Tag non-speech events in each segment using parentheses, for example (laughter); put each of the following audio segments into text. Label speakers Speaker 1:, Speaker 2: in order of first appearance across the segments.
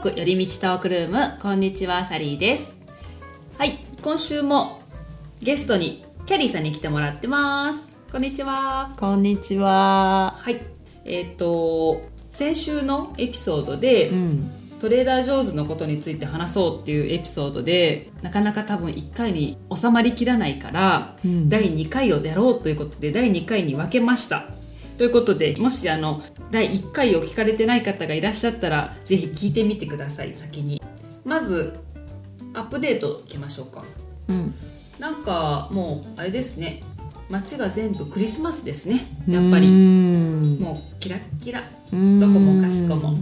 Speaker 1: ク寄り道トークルームこんにちはサリーですはい今週もゲストにキャリーさんに来てもらってますこんにちは
Speaker 2: こんにちは。
Speaker 1: はいえっ、と先週のエピソードで、
Speaker 2: うん。
Speaker 1: トレーダー・ジョーズのことについて話そうっていうエピソードでなかなか多分1回に収まりきらないから、
Speaker 2: うん
Speaker 1: 第2回をやろうということで第2回に分けましたということでもしあの第1回を聞かれてない方がいらっしゃったらぜひ聞いてみてください先にまずアップデートいきましょうか
Speaker 2: うん。
Speaker 1: なんかもうあれですね街が全部クリスマスですねやっぱ
Speaker 2: うー
Speaker 1: り
Speaker 2: ん
Speaker 1: もうキラッキラ
Speaker 2: うーん
Speaker 1: どこもかしこも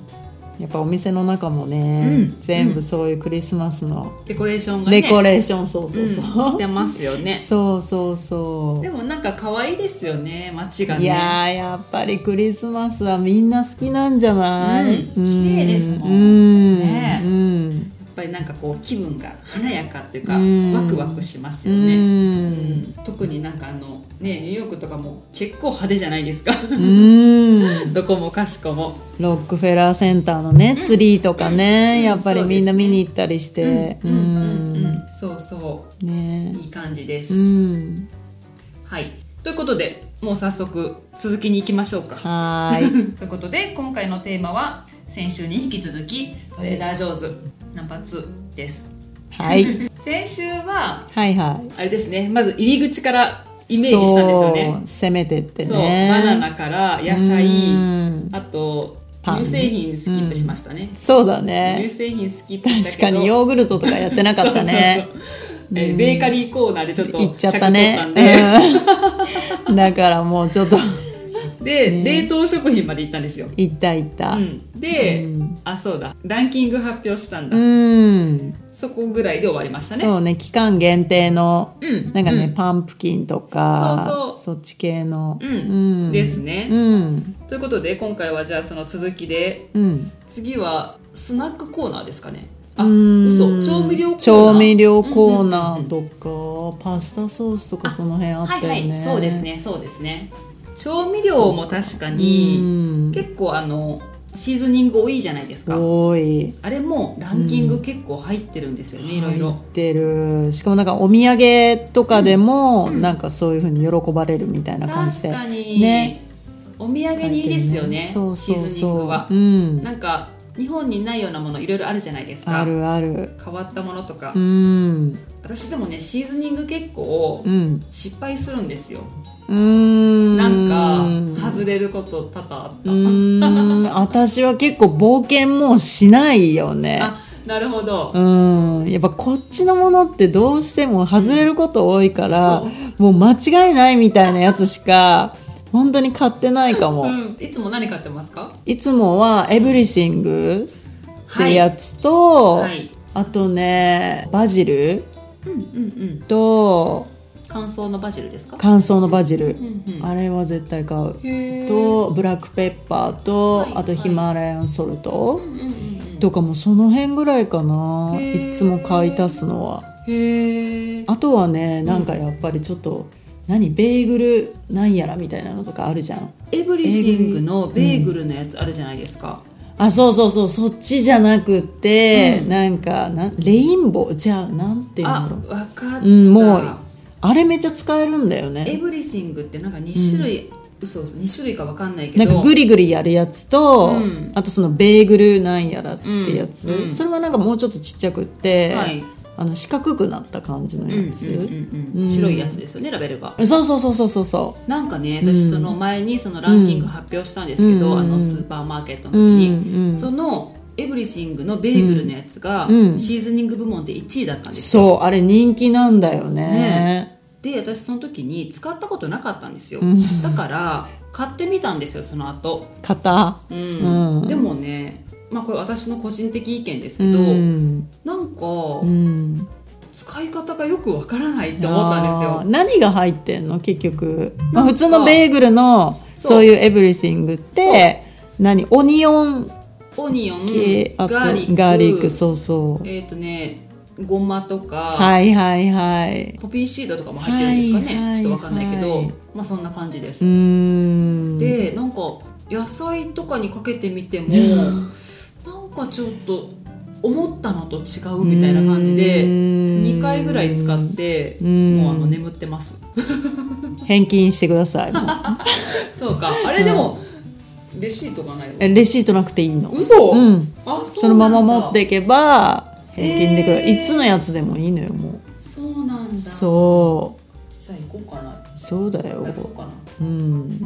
Speaker 2: やっぱお店の中もね、
Speaker 1: うん
Speaker 2: 全部そういうクリスマスの
Speaker 1: デコレーションがね
Speaker 2: デコレーション、そうそうそう。
Speaker 1: うんしてますよね
Speaker 2: そうそうそう
Speaker 1: で。もなんか可愛いですよね街がね
Speaker 2: いやーやっぱりクリスマスはみんな好きなんじゃない、
Speaker 1: うん綺麗ですもん
Speaker 2: うん
Speaker 1: ね
Speaker 2: うん
Speaker 1: やっぱりなんかこう気分が華やかっていうか
Speaker 2: うん
Speaker 1: ワクワクします
Speaker 2: う
Speaker 1: よね
Speaker 2: ん
Speaker 1: うん特になんかあのねニューヨークとかも結構派手じゃないですか
Speaker 2: うん
Speaker 1: どこもかしこも
Speaker 2: ロックフェラーセンターのねツリーとかね、
Speaker 1: うん
Speaker 2: やっぱりみんな
Speaker 1: そうですね
Speaker 2: 見に行ったりして
Speaker 1: うんうんうんそうそ
Speaker 2: ね
Speaker 1: ういい感じです、
Speaker 2: うん
Speaker 1: はいということでもう早速続きに行きましょうか
Speaker 2: はーい
Speaker 1: (laughs) ということで今回のテーマは先週に引き続きトレーダー・ジョーズナンバー2です (laughs)
Speaker 2: はい
Speaker 1: 先週は
Speaker 2: はいはい
Speaker 1: あれですねまず入り口からイメージしたんですよね
Speaker 2: そう攻めてってね
Speaker 1: そうバナナから野菜
Speaker 2: うん
Speaker 1: あと
Speaker 2: パン
Speaker 1: 乳製品スキップしましたね、
Speaker 2: そうだ
Speaker 1: 乳
Speaker 2: ね
Speaker 1: 製品スキップし
Speaker 2: 確
Speaker 1: た
Speaker 2: か
Speaker 1: けど
Speaker 2: にヨーグルトとかやってなかったね
Speaker 1: そうそうそうえーベーカリーコーナーでちょっと
Speaker 2: 行っちゃっ
Speaker 1: 尺
Speaker 2: た
Speaker 1: 取
Speaker 2: ね
Speaker 1: ったんで,、
Speaker 2: うんだからもうちょっと
Speaker 1: で冷凍食品まで行ったんですよ、
Speaker 2: 行った行った
Speaker 1: うんで、
Speaker 2: うん
Speaker 1: あそうだランキング発表したんだ、
Speaker 2: うん
Speaker 1: そこぐらいで終わりましたね
Speaker 2: そうね期間限定の
Speaker 1: うん
Speaker 2: なんかね、
Speaker 1: うん
Speaker 2: パンプキンとか
Speaker 1: そうそう
Speaker 2: っち系の、
Speaker 1: うんですね
Speaker 2: うん
Speaker 1: ということで今回はじゃあその続きで
Speaker 2: うん
Speaker 1: 次はスナックコーナーですかねあ
Speaker 2: うん
Speaker 1: 嘘調味料コーナー
Speaker 2: 調味料コーナーとか、パスタソースとかその辺あったよね、
Speaker 1: はいはいそうですねそうですね調味料も確か
Speaker 2: う
Speaker 1: に
Speaker 2: ん
Speaker 1: 結構あのシーズニング多いじゃないですか
Speaker 2: 多い
Speaker 1: あれもランキング結構入ってるんですよね、いろい
Speaker 2: 入っ
Speaker 1: ろ
Speaker 2: てるしかもなんかお土産とかでも、なんかそういうふうに喜ばれるみたいな感じ
Speaker 1: 確
Speaker 2: で
Speaker 1: かに、
Speaker 2: ね
Speaker 1: お土産にいいですよね
Speaker 2: そうそうそ
Speaker 1: シ
Speaker 2: う
Speaker 1: ーズニングは
Speaker 2: う、ん
Speaker 1: なんか日本にないようなものいろいろあるじゃないですか
Speaker 2: あるある
Speaker 1: 変わったものとか、
Speaker 2: うん
Speaker 1: 私でもねシーズニング結構
Speaker 2: うん
Speaker 1: 失敗するんですよ、
Speaker 2: うん
Speaker 1: なんか外れること多々あっ
Speaker 2: う
Speaker 1: た、 (laughs)
Speaker 2: ーん私は結構冒険もうしないよね
Speaker 1: あなるほど、
Speaker 2: うんやっぱこっちのものってどうしても外れること多いから
Speaker 1: そ
Speaker 2: もう間違いないみたいなやつしか本当に買ってないかも、
Speaker 1: うん、いつも何買ってますか
Speaker 2: いつもはエブリシングってやつと、
Speaker 1: はい
Speaker 2: あとねバジル
Speaker 1: うんうんうん
Speaker 2: と
Speaker 1: 乾燥のバジルですか
Speaker 2: 乾燥のバジ
Speaker 1: う、
Speaker 2: ル
Speaker 1: んうん
Speaker 2: あれは絶対買う
Speaker 1: へー
Speaker 2: とブラックペッパーと、
Speaker 1: はい
Speaker 2: あと
Speaker 1: はい
Speaker 2: ヒマラヤンソルト、
Speaker 1: うんうんうん
Speaker 2: とかもその辺ぐらいかな
Speaker 1: へー
Speaker 2: いつも買い足すのは
Speaker 1: へえ
Speaker 2: あとはねなんかやっぱりちょっと、何ベーグルなんやらみたいなのとかあるじゃん
Speaker 1: エブリシングのベーグルのやつあるじゃないですか、
Speaker 2: あそうそうそうそっちじゃなくって、
Speaker 1: う
Speaker 2: なんかなんレインボーじゃあなんていうんだ
Speaker 1: あ
Speaker 2: ろう
Speaker 1: わかった、
Speaker 2: うんもうあれめっちゃ使えるんだよ
Speaker 1: エ
Speaker 2: ね
Speaker 1: ブリシングってなんか2種類、嘘嘘2種類かわかんないけ
Speaker 2: な
Speaker 1: ど
Speaker 2: んかグリグリやるやつと、
Speaker 1: うん
Speaker 2: あとそのベーグルなんやらってやつ、
Speaker 1: うんうん
Speaker 2: それはなんかもうちょっとちっちゃくって、
Speaker 1: はい
Speaker 2: あの四角くなった感じの
Speaker 1: うんうん
Speaker 2: やつ、
Speaker 1: うん
Speaker 2: う
Speaker 1: うんん、白いやつですよねラベルが
Speaker 2: そうそうそうそうそうそ
Speaker 1: なんかね
Speaker 2: う
Speaker 1: 私
Speaker 2: ん
Speaker 1: その前にそのランキング発表したんですけど、
Speaker 2: うん
Speaker 1: あのスーパーマーケットの
Speaker 2: う、
Speaker 1: 時
Speaker 2: うん
Speaker 1: に、
Speaker 2: うん、
Speaker 1: そのエブリシングのベーグルのやつが、
Speaker 2: うん
Speaker 1: シーズニング部門で1位だったんですよ
Speaker 2: そうあれ人気なんだよね
Speaker 1: ねで私その時に使ったことなかったんですよ、
Speaker 2: うん
Speaker 1: だから買ってみたんですよその後、
Speaker 2: 型
Speaker 1: うん
Speaker 2: うん
Speaker 1: でもねまあこれ私の個人的意見ですけど、
Speaker 2: うん
Speaker 1: なんか
Speaker 2: うん
Speaker 1: 使い方がよくわからないって思ったんです
Speaker 2: あ
Speaker 1: よ
Speaker 2: ー何が入ってんの結局、
Speaker 1: な
Speaker 2: まあ、
Speaker 1: んか
Speaker 2: 普通のベーグルの
Speaker 1: そう
Speaker 2: そういうエブリシングって何オニオン
Speaker 1: オニオン
Speaker 2: 系あと
Speaker 1: ガーリック
Speaker 2: ガーリックそうそう
Speaker 1: えっ、とねごまとか、
Speaker 2: はいはいはい
Speaker 1: ポピーシードとかも入ってるんですかね、
Speaker 2: はいはい
Speaker 1: ちょっとわかんないけど、
Speaker 2: はい
Speaker 1: まあそんな感じです、
Speaker 2: うーん
Speaker 1: でなんか野菜とかにかけてみても、なんかちょっと思ったのと違うみたいな感じで
Speaker 2: うーん
Speaker 1: 2回ぐらい使って
Speaker 2: うーん
Speaker 1: もうあの眠ってます
Speaker 2: 返金してくだ
Speaker 1: (laughs)
Speaker 2: さい
Speaker 1: そうかあれでもレシートがないわ
Speaker 2: えレシートなくていいの
Speaker 1: 嘘、
Speaker 2: うん
Speaker 1: あそうなんだ
Speaker 2: そのまま持っていけば返金でくる、
Speaker 1: えー
Speaker 2: いつのやつでもいいのよも
Speaker 1: そうなんだ
Speaker 2: うそ
Speaker 1: じゃあ行こうかな
Speaker 2: うそうだよ
Speaker 1: あそうかな
Speaker 2: うん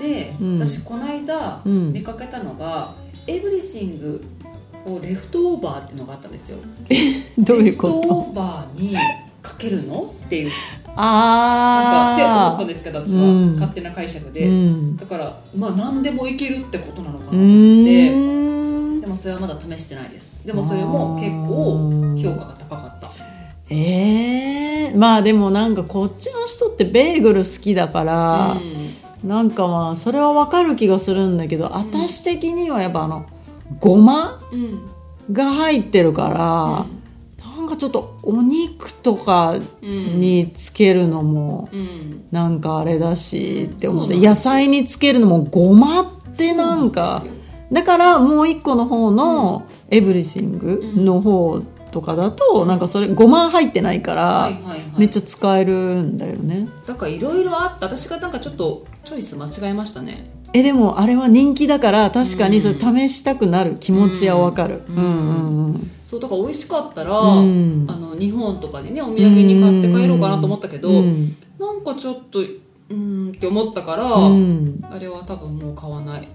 Speaker 1: で、
Speaker 2: うん
Speaker 1: 私この間
Speaker 2: うん
Speaker 1: 見かけたのが「エブリシング」をレフトオーバーっていうのがあったんですよ
Speaker 2: どういうこ
Speaker 1: レフト
Speaker 2: と
Speaker 1: オーバーにかけるのっていうなんかって思っ
Speaker 2: あ
Speaker 1: たん
Speaker 2: あ
Speaker 1: ですけど私
Speaker 2: うん
Speaker 1: は勝手な解釈で、
Speaker 2: うん
Speaker 1: だからまあ何でもいけるってことなのかなと
Speaker 2: う
Speaker 1: 思って
Speaker 2: ーん
Speaker 1: でもそれはまだ試してないですでもそれも結構評価が高かった
Speaker 2: えー、まあでもなんかこっちの人ってベーグル好きだか
Speaker 1: う、
Speaker 2: ら
Speaker 1: ん
Speaker 2: なんかまあそれはわかる気がするんだけど、私的にはやっぱあのごま
Speaker 1: うん
Speaker 2: が入ってるから、なんかちょっとお肉とか
Speaker 1: うん
Speaker 2: につけるのも
Speaker 1: うん
Speaker 2: なんかあれだしって思っ
Speaker 1: そ
Speaker 2: て
Speaker 1: うなん
Speaker 2: 野
Speaker 1: ですよ
Speaker 2: 菜につけるのもごまってなんか
Speaker 1: そうなんですよ
Speaker 2: だからもう一個の方の「エブリシング」の方とかだと、なんかそれごま入ってないから、
Speaker 1: はいはいはい
Speaker 2: めっちゃ使えるんだよね
Speaker 1: だからいろいろあった私がなんかちょっとチョイス間違えましたね
Speaker 2: えでもあれは人気だから確かにそれ試したくなる気持ちはわかる
Speaker 1: う
Speaker 2: うんんうんうん
Speaker 1: そうだから美味しかったら、
Speaker 2: うん
Speaker 1: あの日本とかでねお土産に買って帰ろうかなと思ったけど、
Speaker 2: うん
Speaker 1: なんかちょっとうーんって思ったから、
Speaker 2: うん
Speaker 1: あれは多分もう買わない、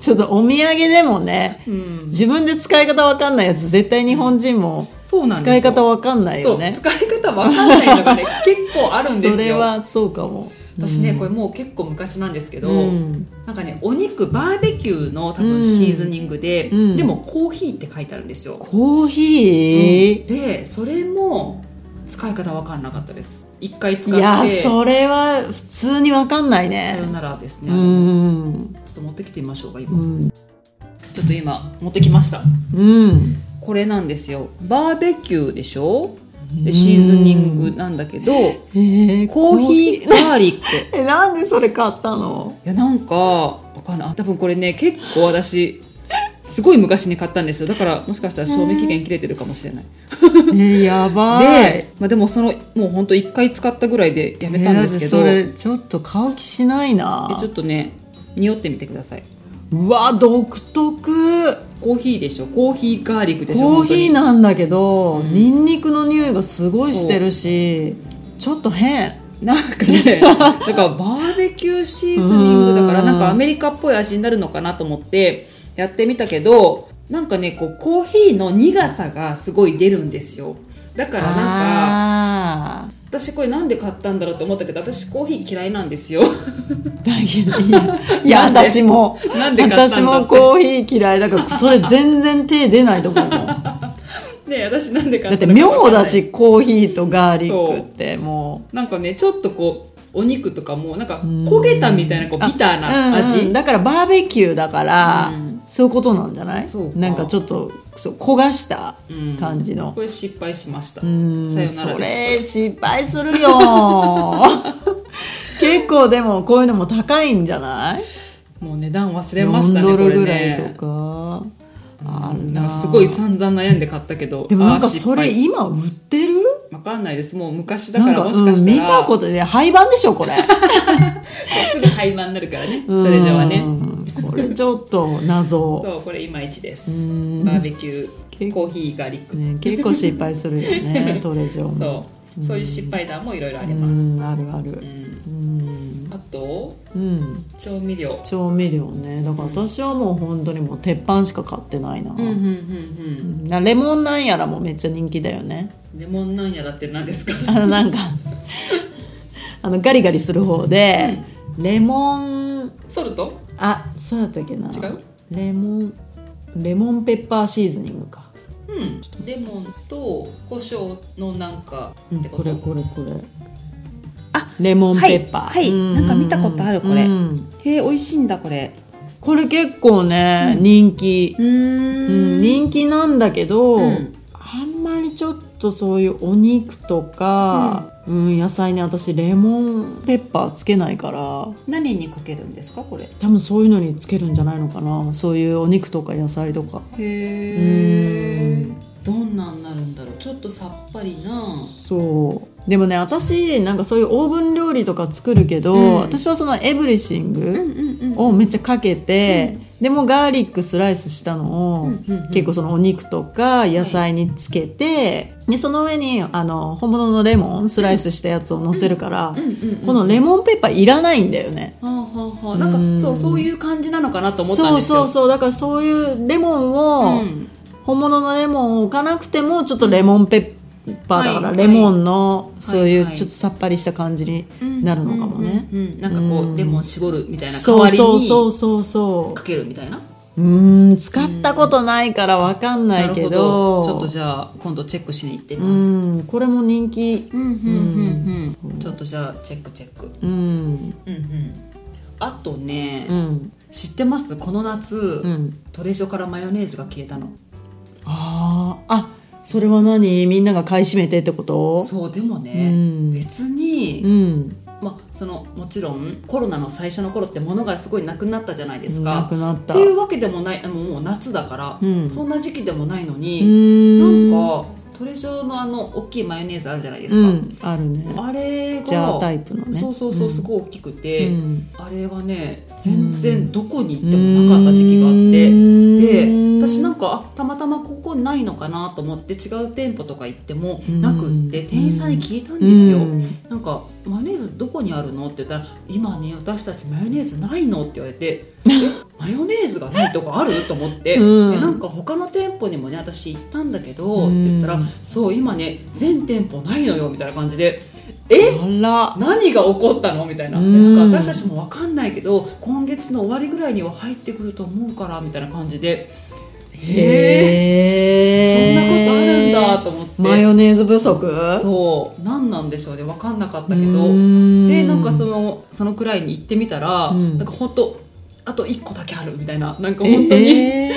Speaker 2: ちょっとお土産でもね自分で使い方わかんないやつ絶対日本人も
Speaker 1: (laughs) そうなんです
Speaker 2: 使
Speaker 1: よ
Speaker 2: い方わかんないよね
Speaker 1: そう使い方わかんないのがね結構あるんですよ
Speaker 2: それはそうかも
Speaker 1: 私ねこれもう結構昔なんですけど、
Speaker 2: うん
Speaker 1: なんかねお肉バーベキューの多分シーズニングで、
Speaker 2: うん
Speaker 1: でもコーヒーって書いてあるんですよ、
Speaker 2: コーヒ
Speaker 1: でそれも使い方わかんなかったです一回使
Speaker 2: ー、
Speaker 1: って
Speaker 2: いや
Speaker 1: う
Speaker 2: それは普通にわかんない
Speaker 1: さよ
Speaker 2: ね
Speaker 1: ならですね、
Speaker 2: うん
Speaker 1: ちょっと持ってきてみましょうか
Speaker 2: う
Speaker 1: 今、
Speaker 2: ん
Speaker 1: ちょっと今持ってきました
Speaker 2: うん
Speaker 1: これなんですよバーベキューでしょでシーズニングなんだけど
Speaker 2: えー
Speaker 1: コーヒーガーリック
Speaker 2: えなんでそれ買ったの
Speaker 1: いやなんかわかんないあ多分これね結構私すごい昔に買ったんですよだからもしかしたら賞味期限切れてるかもしれない
Speaker 2: えーやばい
Speaker 1: で、まあ、でもそのもうほんと1回使ったぐらいでやめたんですけど、
Speaker 2: えーだってそれちょっと買う気しないな
Speaker 1: えちょっとね匂ってみてくださいう
Speaker 2: わ独特
Speaker 1: コーヒーでしょコーヒーガーリックでしょ
Speaker 2: コーヒー
Speaker 1: 本
Speaker 2: なんだけど、ニンニクの匂いがすごいしてるしちょっと変
Speaker 1: 当になんかね
Speaker 2: (laughs)
Speaker 1: だからバーベキューシーズニングだから
Speaker 2: うん
Speaker 1: なんかアメリカっぽい味になるのかなと思ってやってみたけどなんかねこうコーヒーの苦さがすごい出るんですよだからなんか
Speaker 2: あー
Speaker 1: 私これなんで買ったんだろうと思ったけど私コーヒー嫌いなんですよ (laughs)
Speaker 2: だけどいやいや
Speaker 1: なんで
Speaker 2: 私も
Speaker 1: なんで買ったんだって
Speaker 2: 私もコーヒー嫌いだからそれ全然手出ないと思うもんだ
Speaker 1: ねえ私なんで買
Speaker 2: っ
Speaker 1: った
Speaker 2: て
Speaker 1: のかわか
Speaker 2: 妙
Speaker 1: んない
Speaker 2: だしコーヒーとガーリックっても
Speaker 1: なんかねちょっとこうお肉とかもなんか焦げたみたいなこう
Speaker 2: う
Speaker 1: ビターな
Speaker 2: あ
Speaker 1: 味、
Speaker 2: うんうんだからバーベキューだから、
Speaker 1: うん
Speaker 2: そういうことなんじゃない
Speaker 1: そうか
Speaker 2: なんかちょっとそう焦がした
Speaker 1: うん
Speaker 2: 感じの
Speaker 1: こ、れ失敗しましたさ
Speaker 2: う
Speaker 1: よ
Speaker 2: ん
Speaker 1: なら
Speaker 2: そ
Speaker 1: です
Speaker 2: れ失敗するよ
Speaker 1: (laughs)
Speaker 2: 結構でもこういうのも高いんじゃない
Speaker 1: もう値段忘れましたね
Speaker 2: 4ドル
Speaker 1: こ
Speaker 2: ぐ
Speaker 1: れ
Speaker 2: らい
Speaker 1: ね
Speaker 2: とか、あら
Speaker 1: なんかすごい散々悩んで買ったけど
Speaker 2: でもなんか
Speaker 1: あー失
Speaker 2: そ
Speaker 1: 敗
Speaker 2: れ今売ってる
Speaker 1: わかんないですもう昔だ
Speaker 2: な
Speaker 1: か
Speaker 2: ん
Speaker 1: ら
Speaker 2: か
Speaker 1: もしか
Speaker 2: う
Speaker 1: し
Speaker 2: ん、見
Speaker 1: たら、
Speaker 2: たことで廃盤でし
Speaker 1: (laughs)
Speaker 2: ょこれ
Speaker 1: すぐ廃盤になるからねそれじゃは
Speaker 2: う
Speaker 1: ね
Speaker 2: んこれちょっと謎、
Speaker 1: そうこれいまいちです
Speaker 2: うん
Speaker 1: バーベキューコーヒーガーリック、
Speaker 2: ね、結構失敗するよ
Speaker 1: (laughs)
Speaker 2: ねトレジョも
Speaker 1: そうそういう失敗談もいろいろあ
Speaker 2: あ
Speaker 1: ります、
Speaker 2: あるある
Speaker 1: うん
Speaker 2: うん、
Speaker 1: あと
Speaker 2: うん、
Speaker 1: 調味料
Speaker 2: 調味料ねだから私はもう本当にもう鉄板しか買ってないな、
Speaker 1: うんうんうん
Speaker 2: うんなレモンなんやらもめっちゃ人気だよね
Speaker 1: うんレモンなんやだって何ですか (laughs)
Speaker 2: あのなんかあのガリガリする方で、レモン
Speaker 1: ソルト
Speaker 2: あそうだったっけな
Speaker 1: 違う
Speaker 2: レモンレモンペッパーシーズニングか、
Speaker 1: うんレモンと胡椒のなんか
Speaker 2: うん
Speaker 1: って
Speaker 2: こ
Speaker 1: こ
Speaker 2: れ
Speaker 1: と
Speaker 2: これこれ
Speaker 1: あ
Speaker 2: レモンペッパー
Speaker 1: はいはいなんか見たことあるこれ
Speaker 2: うん
Speaker 1: へえ美味しいんだこれ
Speaker 2: これ結構ね、人気
Speaker 1: うーん
Speaker 2: うん、人気なんだけど、
Speaker 1: うん
Speaker 2: あんまりちょっとそういうお肉とか、うん野菜に私レモンペッパーつけないから
Speaker 1: 何にかけるんですかこれ
Speaker 2: 多分そういうのにつけるんじゃないのかなそういうお肉とか野菜とか
Speaker 1: へ
Speaker 2: う
Speaker 1: えどんなんなるんだろうちょっとさっぱりな
Speaker 2: そうでもね私なんかそういうオーブン料理とか作るけど、
Speaker 1: うん
Speaker 2: 私はそのエブリシング
Speaker 1: んうん
Speaker 2: をめっちゃかけて、でもガーリックスライスしたのを、
Speaker 1: うんうんうん
Speaker 2: 結構そのお肉とか野菜につけて、でその上にあの本物のレモンスライスしたやつを乗せるから、
Speaker 1: うんうんうん
Speaker 2: このレモンペッパーいらないんだよね。
Speaker 1: はあはあはあなんか
Speaker 2: うん
Speaker 1: そうそういう感じなのかなと思ったん
Speaker 2: そう
Speaker 1: です
Speaker 2: そ
Speaker 1: よ
Speaker 2: うそうだからそういうレモンを、
Speaker 1: ん
Speaker 2: 本物のレモンを置かなくてもちょっとレモンペッパーだから、
Speaker 1: はい
Speaker 2: レモンのそうい
Speaker 1: はいうはい
Speaker 2: ちょっとさっぱりした感じになるのかもね。
Speaker 1: うんうんうんなんかこ
Speaker 2: う
Speaker 1: うんレモン絞るみたいな代
Speaker 2: そ
Speaker 1: わ
Speaker 2: う
Speaker 1: り
Speaker 2: そうそう
Speaker 1: に
Speaker 2: そうそ
Speaker 1: かけるみたいな
Speaker 2: う。うん使ったことないからわかんないけど
Speaker 1: るほちょっとじゃあ今度チェックしに行ってみ
Speaker 2: う
Speaker 1: ます
Speaker 2: んこれも人気。
Speaker 1: うんうんうんうんちょっとじゃあチェックチェック
Speaker 2: うん
Speaker 1: うんうんあとね、
Speaker 2: うん
Speaker 1: 知ってますこの夏、
Speaker 2: うん。
Speaker 1: トレジョからマヨネーズが消えたの
Speaker 2: あああそれは何みんなが買い占めてってこと？
Speaker 1: そうでもね、
Speaker 2: うん
Speaker 1: 別に、
Speaker 2: うん。
Speaker 1: まあ、そのもちろんコロナの最初の頃って物がすごいなくなったじゃないです
Speaker 2: な
Speaker 1: か。
Speaker 2: くなっ。
Speaker 1: ったていうわけでもないあのもう夏だから、
Speaker 2: うん
Speaker 1: そんな時期でもないの
Speaker 2: う
Speaker 1: に、
Speaker 2: ん
Speaker 1: なんかトレジョのあの大きいマヨネーズあるじゃないです
Speaker 2: う
Speaker 1: か、
Speaker 2: んあるね。
Speaker 1: あれが
Speaker 2: ジャータイプのね。
Speaker 1: そうそうそう
Speaker 2: うん
Speaker 1: すごい大きくて、
Speaker 2: うん
Speaker 1: あれがね全然どこに行ってもなかった時期があって。で私なんかあたまたまここないのかなと思って違う店舗とか行ってもなくって
Speaker 2: うん
Speaker 1: 店員さんに聞いたんですよ、
Speaker 2: うん
Speaker 1: なんか「マヨネーズどこにあるの?」って言ったら「今ね私たちマヨネーズないの?」って言われて
Speaker 2: (laughs)
Speaker 1: 「えマヨネーズがないとこある?」と思って、
Speaker 2: うん
Speaker 1: でなんか他の店舗にもね私行ったんだけど、
Speaker 2: うん
Speaker 1: って言ったら「そう今ね全店舗ないのよ」みたいな感じで「え
Speaker 2: あ
Speaker 1: 何が起こったのみたいなで
Speaker 2: うん
Speaker 1: なんか私たちも分かんないけど今月の終わりぐらいには入ってくると思うからみたいな感じで
Speaker 2: ら
Speaker 1: へえそんなことあるんだと思って
Speaker 2: マヨネーズ不足
Speaker 1: そう何なんでしょうね分かんなかったけど
Speaker 2: ど
Speaker 1: でなんかそのそのくらいに行ってみたら、
Speaker 2: うん
Speaker 1: なんか本当あと1個だけあるみたいななんか本当に、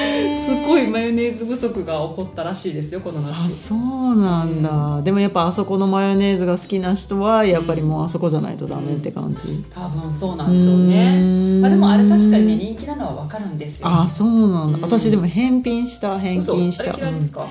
Speaker 1: すご
Speaker 2: い
Speaker 1: いマヨネーズ不足が起こったらしいですよこの
Speaker 2: あ
Speaker 1: 夏。
Speaker 2: そうなんだでもやっぱあそこのマヨネーズが好きな人はやっぱりもうあそこじゃないとダメって感じ
Speaker 1: 多分そうなんでしょうね。
Speaker 2: うん
Speaker 1: まあでもあれ確かにね人気なのはわかるんですよ。
Speaker 2: あそうなんだ
Speaker 1: うん
Speaker 2: 私でも返品した返
Speaker 1: 嘘
Speaker 2: 金した
Speaker 1: あれ嫌いですか？
Speaker 2: うん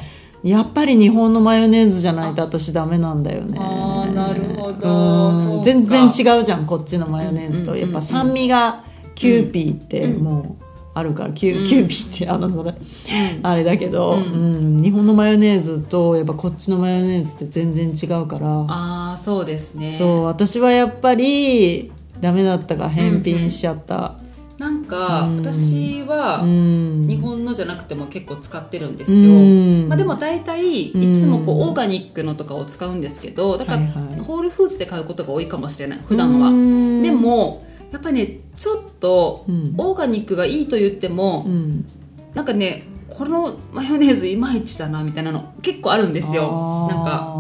Speaker 2: やっぱり日本のマヨネーズじゃないと私ダメなんだよね
Speaker 1: あーなるほど
Speaker 2: うん
Speaker 1: そうか
Speaker 2: 全然違うじゃんこっちのマヨネーズ
Speaker 1: う
Speaker 2: と
Speaker 1: んうん
Speaker 2: や
Speaker 1: うん
Speaker 2: っぱ酸味がキューピーって
Speaker 1: うん
Speaker 2: もうあるからキュ,、
Speaker 1: うん
Speaker 2: キューピーってあのそれ
Speaker 1: うん
Speaker 2: あれだけど、
Speaker 1: う
Speaker 2: うんん日本のマヨネーズとやっぱこっちのマヨネーズって全然違うから、
Speaker 1: ああそうですね
Speaker 2: そう私はやっぱりダメだったから返品しちゃった、
Speaker 1: なんか
Speaker 2: うん
Speaker 1: 私
Speaker 2: う
Speaker 1: は
Speaker 2: ん
Speaker 1: 日本のじゃなくても結構使ってるんですよ、
Speaker 2: うん
Speaker 1: まあ、でも大体い
Speaker 2: うん
Speaker 1: つもこうオーガニックのとかを使うんですけどだから
Speaker 2: はいはい
Speaker 1: ホールフーズで買うことが多いかもしれない普段は、
Speaker 2: うん
Speaker 1: でもやっぱねちょっと
Speaker 2: うん
Speaker 1: オーガニックがいいと言っても、
Speaker 2: うん
Speaker 1: なんかねこのマヨネーズいまいちだなみたいなの結構あるんですよなんか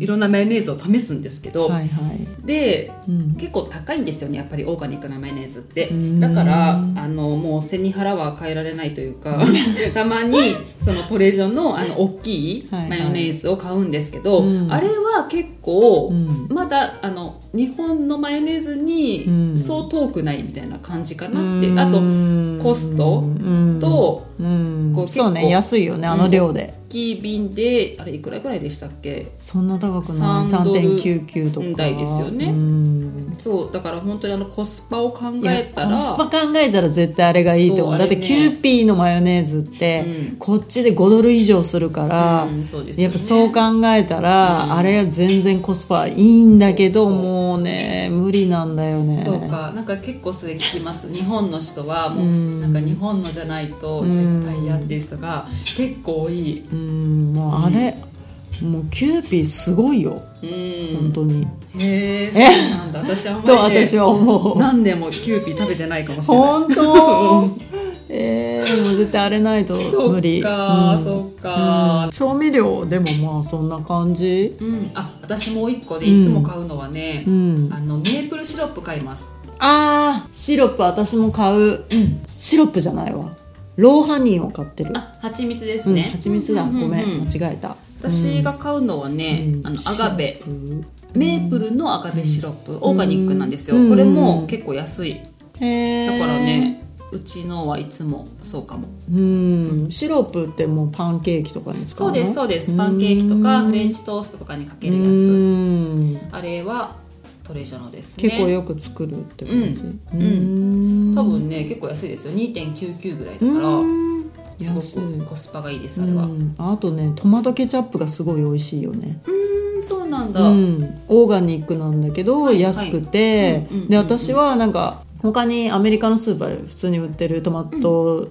Speaker 1: い
Speaker 2: 色
Speaker 1: ろんなマヨネーズを試すんですけど、
Speaker 2: はいはい、
Speaker 1: で
Speaker 2: うん、
Speaker 1: 結構高いんですよねやっぱりオーガニックなマヨネーズって
Speaker 2: うん
Speaker 1: だからあのもう背に腹は変えられないという
Speaker 2: (laughs)
Speaker 1: かたまにそのトレジョのあの大きい
Speaker 2: はいはい
Speaker 1: マヨネーズを買うんですけど、
Speaker 2: うん
Speaker 1: あれは結構、
Speaker 2: うん
Speaker 1: まだあの日本のマヨネーズ
Speaker 2: う
Speaker 1: に
Speaker 2: ん
Speaker 1: そう遠くないみたいな感じかなって、あとコスト
Speaker 2: と、
Speaker 1: と
Speaker 2: うん
Speaker 1: こう
Speaker 2: そ
Speaker 1: 結
Speaker 2: うね
Speaker 1: 構
Speaker 2: 安いよねあの量で、
Speaker 1: 大きい瓶であれいくらぐらいでしたっけ
Speaker 2: そんな高くない
Speaker 1: 3ドル
Speaker 2: 3.99とか
Speaker 1: 台ですよね
Speaker 2: うん
Speaker 1: そうだから本当にあのコスパを考
Speaker 2: いや
Speaker 1: えたら
Speaker 2: コスパ考えたら絶対あれがいいと思
Speaker 1: そう
Speaker 2: う
Speaker 1: あ
Speaker 2: だ
Speaker 1: れ
Speaker 2: っ
Speaker 1: ね
Speaker 2: てキューピーのマヨネーズって、
Speaker 1: うん
Speaker 2: こっちで5ドル以上するから、
Speaker 1: うんそうですよね
Speaker 2: やっぱそう考えたら、
Speaker 1: うん
Speaker 2: あれは全然コスパいいんだけど
Speaker 1: そうそう
Speaker 2: もうね無理なんだよね
Speaker 1: そうかなんか結構それ聞きます日本の人はも
Speaker 2: う
Speaker 1: うんなんか日本のじゃないと絶対嫌っていう人が結構多い、
Speaker 2: うんもうあれ、もうキューピーすごいよ
Speaker 1: うん
Speaker 2: 本当に、
Speaker 1: へえそうなんだ私あん
Speaker 2: と
Speaker 1: まり、ね、
Speaker 2: 私は思う
Speaker 1: 何年もキューピー食べてないかもしれない (laughs)
Speaker 2: 本当えー、でも絶対あれないと無理
Speaker 1: そっか、
Speaker 2: うん
Speaker 1: そっか、
Speaker 2: 調味料でもまあそんな感じ
Speaker 1: うんあ私もう一個で
Speaker 2: うん
Speaker 1: いつも買うのはね、
Speaker 2: うん
Speaker 1: あのメープルシロップ買います
Speaker 2: あーシロップ私も買う、シロップじゃないわローハニーを買ってる
Speaker 1: あ蜂蜜です
Speaker 2: うん
Speaker 1: ね、
Speaker 2: 蜂蜜だ、
Speaker 1: うんうんうん
Speaker 2: ごめん間違えた
Speaker 1: 私が買うのはね、
Speaker 2: うん
Speaker 1: あのアガベ
Speaker 2: シロップ
Speaker 1: メープルの赤べシロップ、オーガニックなんですよ、
Speaker 2: うん
Speaker 1: これも結構安いだ
Speaker 2: へー
Speaker 1: からね、うちのはいつもそうかも
Speaker 2: うんシロップってもうパンケーキとかに使う
Speaker 1: そ
Speaker 2: の
Speaker 1: うですそうですパンケーキとかフレン
Speaker 2: チ
Speaker 1: チトーストとかにかけ
Speaker 2: う
Speaker 1: るや
Speaker 2: ん
Speaker 1: つあれはトレジャノですね
Speaker 2: 結構よく作るって感じ
Speaker 1: うん
Speaker 2: うん
Speaker 1: 多分ね結構安いですよ2.99ぐらいだか
Speaker 2: うん
Speaker 1: らす
Speaker 2: 安
Speaker 1: ご
Speaker 2: い
Speaker 1: くコスパがいいですあれは、
Speaker 2: うんあとねトマトケチャップがすごい美味しいよね
Speaker 1: そうなん
Speaker 2: うん、オーガニックなんだけど、
Speaker 1: はい
Speaker 2: 安くて、
Speaker 1: はいうんうんうん
Speaker 2: で私はなんか他にアメリカのスーパーで普通に売ってるトマト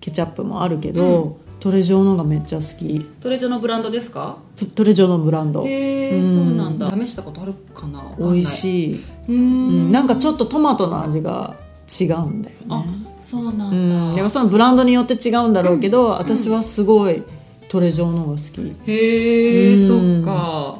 Speaker 2: ケチャップもあるけど、トレジョーのがめっちゃ好き
Speaker 1: トレジャノブランドですか
Speaker 2: トトレジョーのブランド
Speaker 1: へえ、
Speaker 2: うん
Speaker 1: そうなんだ試したことあるかな
Speaker 2: 美味
Speaker 1: い
Speaker 2: しい、
Speaker 1: う
Speaker 2: うん、
Speaker 1: ん
Speaker 2: なんかちょっとトマトの味が違うんだよ
Speaker 1: あ
Speaker 2: ね、
Speaker 1: そうな
Speaker 2: うん
Speaker 1: だ、
Speaker 2: ん、でもそのブランドによって違うんだろうけど、私はすごいトレジョーのが好き
Speaker 1: へえ、
Speaker 2: う
Speaker 1: そ
Speaker 2: ん
Speaker 1: っか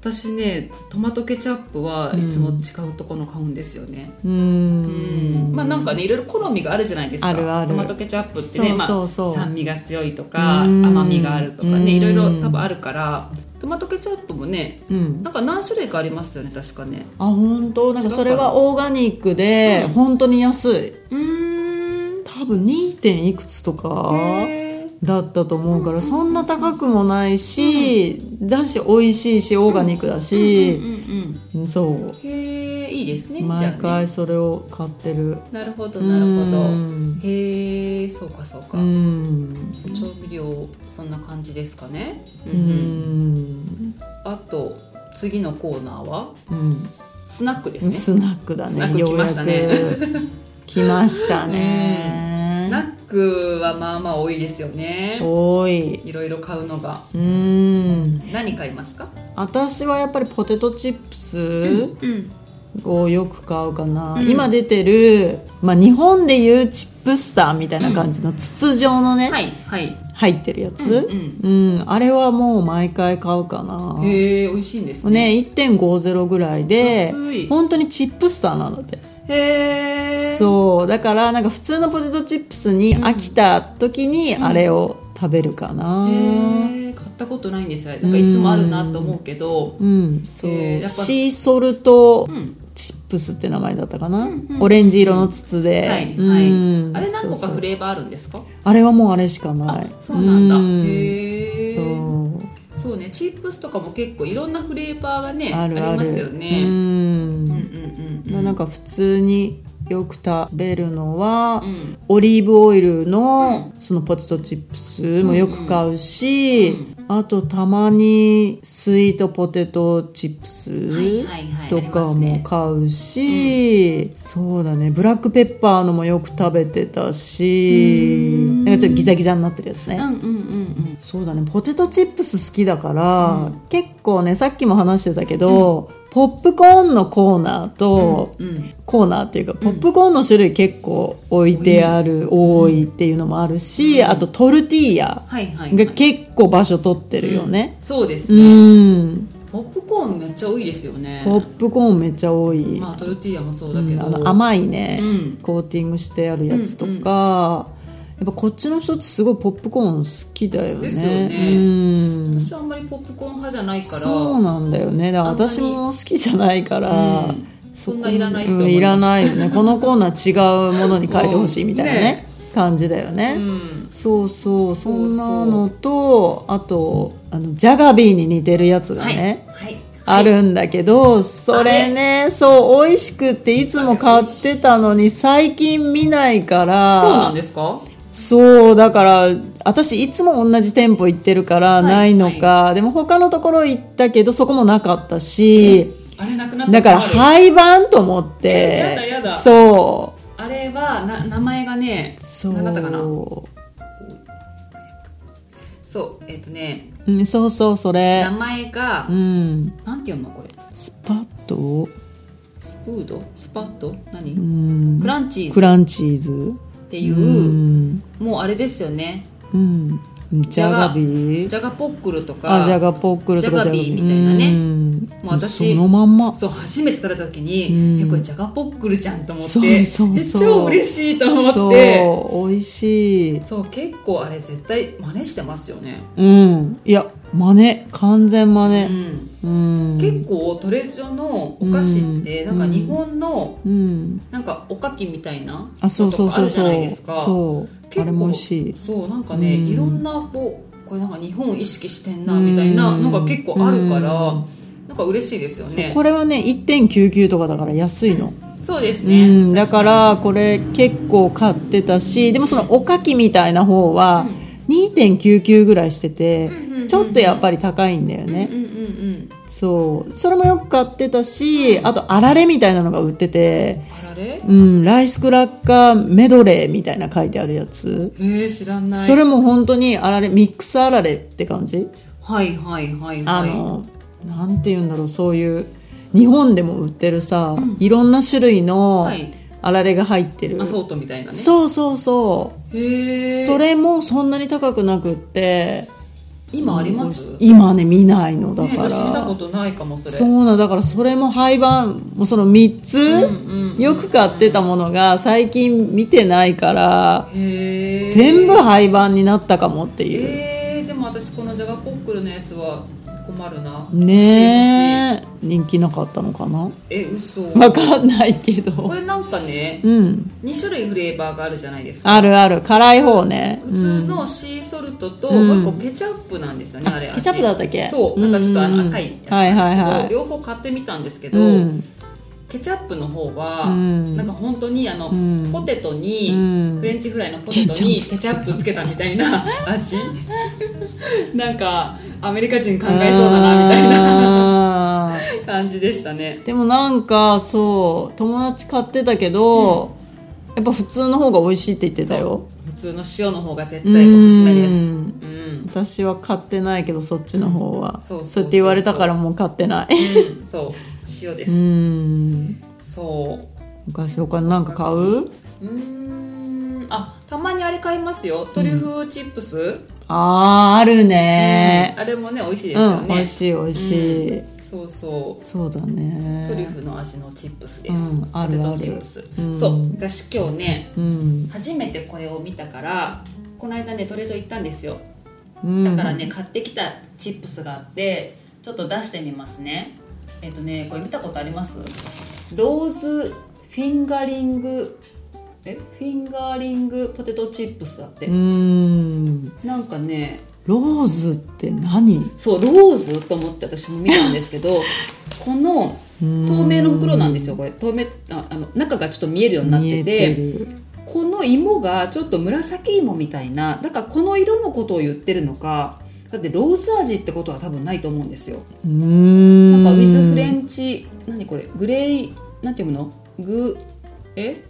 Speaker 1: 私ねトマトケチャップはいつも違うところの買うんですよね、
Speaker 2: う
Speaker 1: うん
Speaker 2: ん
Speaker 1: まあなんかねいろいろ好みがあるじゃないですか
Speaker 2: あるある
Speaker 1: トマトケチャップってね
Speaker 2: そうそうそう
Speaker 1: まあ、酸味が強いとか
Speaker 2: うん
Speaker 1: 甘みがあるとか
Speaker 2: うん
Speaker 1: ねいろいろ多分あるからトマトケチャップもね
Speaker 2: うん
Speaker 1: なんか何種類かありますよね確かね
Speaker 2: あ本当なんかそれはオーガニックで、
Speaker 1: うん
Speaker 2: 本当に安いう
Speaker 1: ーん
Speaker 2: 多分 2. 点いくつとか
Speaker 1: へえ
Speaker 2: だったと思うからそんな高くもないし、だし美味しいしオーガニックだ
Speaker 1: うん
Speaker 2: し、
Speaker 1: うん
Speaker 2: そ
Speaker 1: うんへえいいですね
Speaker 2: う
Speaker 1: じゃあ
Speaker 2: 毎
Speaker 1: ね
Speaker 2: 回それを買ってる、
Speaker 1: なるほどなるほ
Speaker 2: う
Speaker 1: ど
Speaker 2: ん
Speaker 1: へえそうかそうか、
Speaker 2: うん
Speaker 1: 調味料そんな感じですかね、
Speaker 2: うんうん
Speaker 1: あと次のコーナーはスナックですね
Speaker 2: スナックだね
Speaker 1: スナック来ましたね
Speaker 2: ようや
Speaker 1: (laughs)
Speaker 2: く来ました
Speaker 1: スナ
Speaker 2: ね
Speaker 1: ックはまあまあ多いですよね
Speaker 2: 多い
Speaker 1: いろいろ買うのが
Speaker 2: うん
Speaker 1: 何買いますか
Speaker 2: 私はやっぱりポテトチップス、
Speaker 1: うん
Speaker 2: をよく買うかな、
Speaker 1: うん
Speaker 2: 今出てる、まあ、日本でいうチップスターみたいな感じの筒状のね、
Speaker 1: はいはい
Speaker 2: 入ってるやつ、
Speaker 1: うん
Speaker 2: うんあれはもう毎回買うかなね
Speaker 1: へえ美味しいんですね
Speaker 2: 1.50ぐらいで
Speaker 1: 安い
Speaker 2: 本当にチップスターなんだって
Speaker 1: へえ
Speaker 2: そうだからなんか普通のポテトチップスに飽きた時にあれを食べるかな、
Speaker 1: へえ買ったことないんですよなんかいつもあるなと思うけど
Speaker 2: うんそう、
Speaker 1: えーやっぱ
Speaker 2: シーソルト
Speaker 1: うん
Speaker 2: チップスって名前だったかな、
Speaker 1: んうん
Speaker 2: オレンジ色の筒で、
Speaker 1: はい
Speaker 2: うん
Speaker 1: はいあれ何個
Speaker 2: そう
Speaker 1: か
Speaker 2: そう
Speaker 1: フレーバーあるんですか
Speaker 2: あれはもうあれしかない
Speaker 1: そうなんだ
Speaker 2: うん
Speaker 1: へえ
Speaker 2: そう
Speaker 1: そうねチップスとかも結構いろんなフレーバーがねあ
Speaker 2: あるあ
Speaker 1: り
Speaker 2: る
Speaker 1: ますよ
Speaker 2: う
Speaker 1: ね、
Speaker 2: ん
Speaker 1: うん、うんうん
Speaker 2: まあなんか普通によく食べるのは、
Speaker 1: うん
Speaker 2: オリーブオイルのそのポテトチップスもよく買うし、
Speaker 1: うん
Speaker 2: あとたまにスイートポテトチップ
Speaker 1: はい
Speaker 2: ス
Speaker 1: はいはい
Speaker 2: と
Speaker 1: ありま
Speaker 2: か
Speaker 1: す
Speaker 2: も
Speaker 1: ね
Speaker 2: 買うし、そうだねブラックペッパーのもよく食べてたし
Speaker 1: うん
Speaker 2: なんかちょっとギザギザになってるやつね、
Speaker 1: うんうんうん
Speaker 2: そうだねポテトチップス好きだから、結構ねさっきも話してたけど、ポップコーンのコーナーと、
Speaker 1: うんうん
Speaker 2: コーナーっていうかポップコーンの種類結構置いてある、多いっていうのもあるし、あとトルティーヤ
Speaker 1: はいはいはい
Speaker 2: が結構場所取ってるよね。
Speaker 1: そうです
Speaker 2: うん
Speaker 1: ね、
Speaker 2: うん
Speaker 1: ポップコーンめっちゃ多いですよね
Speaker 2: ポップコーンめっちゃ多い、
Speaker 1: まあトルティーヤもそうだけ
Speaker 2: うん
Speaker 1: ど、
Speaker 2: あの甘いね、
Speaker 1: うん
Speaker 2: コーティングしてあるやつとか、やっぱこっちの人ってすごいポップコーン好きだよね。
Speaker 1: ですよね
Speaker 2: うん
Speaker 1: 私はあんまりポップコーン派じゃないから
Speaker 2: そうなんだよねだから
Speaker 1: あんまり
Speaker 2: 私も好きじゃないから、
Speaker 1: うん
Speaker 2: こ
Speaker 1: そんないらないと思います
Speaker 2: うんらないよねこのコーナー違うものに変えてほしいみたいなね感じだよね、
Speaker 1: うん
Speaker 2: そうそうそ
Speaker 1: そうそうん
Speaker 2: なのとあとあのジャガビーに似てるやつが
Speaker 1: はい、
Speaker 2: ね、
Speaker 1: はい
Speaker 2: あるんだけどそれねそう美味しくっていつも買ってたのに最近見ないから
Speaker 1: そうなんですか
Speaker 2: そうだから私いつも同じ店舗行ってるから
Speaker 1: い
Speaker 2: ないのか、でも他のところ行ったけどそこもなかったし
Speaker 1: あれなくなった
Speaker 2: だから
Speaker 1: 困る
Speaker 2: 廃盤と思って、
Speaker 1: えやだやだ
Speaker 2: そ
Speaker 1: あれはな名前がね
Speaker 2: うそう
Speaker 1: 何だったかなそうえっ、とね
Speaker 2: うん、そうそうそれ
Speaker 1: 名前が、
Speaker 2: うん
Speaker 1: なんて読むのこれ
Speaker 2: スパッと、
Speaker 1: スプードスパッド何、
Speaker 2: うん、
Speaker 1: クランチーズ
Speaker 2: クランチーズ
Speaker 1: っていう、
Speaker 2: うん、
Speaker 1: もうあれですよね
Speaker 2: うん、ジャガビー
Speaker 1: ジャガポックルとか
Speaker 2: あジャガポックルとか
Speaker 1: ジャガビーみたいなね
Speaker 2: うん
Speaker 1: もう私
Speaker 2: そのまんま
Speaker 1: そう初めて食べた時に、
Speaker 2: うん
Speaker 1: えこれジャガポックルじゃんと思って
Speaker 2: そうそうそう
Speaker 1: で超嬉しいと思って
Speaker 2: そう美味しい
Speaker 1: そう結構あれ絶対真似してますよね
Speaker 2: うんいや真似完全真
Speaker 1: う
Speaker 2: 似、
Speaker 1: ん
Speaker 2: うん、
Speaker 1: 結構トレジョのお菓子ってなんか日本の
Speaker 2: うん
Speaker 1: なんかおかきみたいな
Speaker 2: あそうそうそう
Speaker 1: あるじゃ
Speaker 2: そ
Speaker 1: な
Speaker 2: う
Speaker 1: いですか
Speaker 2: そうあれも美味しい
Speaker 1: そうなんかね、
Speaker 2: うん
Speaker 1: いろんなこうこれなんか日本を意識してんなみたいなのが結構あるから、
Speaker 2: う
Speaker 1: なんか嬉しいですよね
Speaker 2: これはね1.99とかだから安いの、
Speaker 1: そうです
Speaker 2: う
Speaker 1: ね、
Speaker 2: ん、だからこれ結構買ってたしでもそのおかきみたいな方は2.99ぐらいしてて
Speaker 1: うんうんうんうん
Speaker 2: ちょっとやっぱり高いんだよね、
Speaker 1: うんうんうん
Speaker 2: そうそれもよく買ってたしあとあられみたいなのが売ってて、
Speaker 1: あられ
Speaker 2: うん、ライスクラッカーメドレーみたいな書いてあるやつ、
Speaker 1: へえ知らない
Speaker 2: それも本当にあられミックスあられって感じ、
Speaker 1: はいはいはいはい
Speaker 2: あのなんて言うんだろうそういう日本でも売ってるさ、いろんな種類の
Speaker 1: はい
Speaker 2: あられが入ってる、
Speaker 1: アソートみたいなね
Speaker 2: そうそうそう、
Speaker 1: へえ
Speaker 2: それもそんなに高くなくって
Speaker 1: 今あります、ね
Speaker 2: 今ね見ないのだから、
Speaker 1: 私見たことないかもそれ
Speaker 2: そうなんだからそれも廃盤もうその3つ、
Speaker 1: うん
Speaker 2: よく買ってたものが最近見てないから、
Speaker 1: へえ
Speaker 2: 全部廃盤になったかもっていう、
Speaker 1: えー、でも私このジャガポックルのやつは困るな
Speaker 2: ねえ人気なかったのかな
Speaker 1: 欲しい欲しいえ嘘
Speaker 2: わかんないけ
Speaker 1: こ
Speaker 2: ど
Speaker 1: れなんかね
Speaker 2: うん
Speaker 1: 2種類フレーバーがあるじゃないですか
Speaker 2: あるある辛い方ね
Speaker 1: 普通のシーソルトと、
Speaker 2: うん
Speaker 1: もう一個ケチャップなんですよね、あれ
Speaker 2: ケチャップだったっけ
Speaker 1: そうなんかちょっとあ
Speaker 2: うんうんう
Speaker 1: の
Speaker 2: ん
Speaker 1: 赤いやつなんですけど、
Speaker 2: はいはいはい
Speaker 1: 両方買ってみたんですけど、
Speaker 2: うん
Speaker 1: ケチャップの方は、
Speaker 2: うん
Speaker 1: なんか本当にあの、
Speaker 2: うん
Speaker 1: ポテトに、
Speaker 2: うん
Speaker 1: フレンチフライのポテトにケチャップつけたみたいな
Speaker 2: (laughs)
Speaker 1: 味なんかアメリカ人考えそうだなみたいな
Speaker 2: な
Speaker 1: 感じでしたね
Speaker 2: でもなんかそう友達買ってたけど、やっぱ普通の方が美味しいって言ってたよ
Speaker 1: 普通の塩の方が絶対おすすめです
Speaker 2: うん
Speaker 1: うん
Speaker 2: 私は買ってないけどそっちの方は、
Speaker 1: そうそうそう
Speaker 2: やって言われたからもう買ってない
Speaker 1: うんそう塩で
Speaker 2: う
Speaker 1: す、
Speaker 2: ん
Speaker 1: そう
Speaker 2: 昔他に何か買う
Speaker 1: うーんあたまにあれ買いますよトリュフチップス、
Speaker 2: あーある
Speaker 1: うん
Speaker 2: ね
Speaker 1: あれもね美味しいです
Speaker 2: う
Speaker 1: よ
Speaker 2: ん
Speaker 1: ね、
Speaker 2: 美味しい美味しい、
Speaker 1: そうそう
Speaker 2: そうだね
Speaker 1: トリュフの味のチップスです、
Speaker 2: うんあるある
Speaker 1: ポテトチップス、
Speaker 2: うん
Speaker 1: そう私今日ね
Speaker 2: うん、
Speaker 1: 初めてこれを見たからこの間ねトレジョ行ったんですよ
Speaker 2: うん、
Speaker 1: だからね、買ってきたチップスがあってちょっと出してみますねえっとねこれ見たことありますローズフィンガリングえフィンガーリングポテトチップスだって、
Speaker 2: うん
Speaker 1: なんかね
Speaker 2: ローズって何
Speaker 1: そうローズと思って私も見たんですけど
Speaker 2: (laughs)
Speaker 1: この透明の袋なんですよこれ透明ああの中がちょっと見えるようになっ
Speaker 2: 見え
Speaker 1: てて
Speaker 2: てる
Speaker 1: この芋がちょっと紫芋みたいなだからこの色のことを言ってるのかだってローズ味ってことは多分ないと思うんですよ
Speaker 2: うーん
Speaker 1: なんかウィズフレンチ何これグレイなんて読むのグえ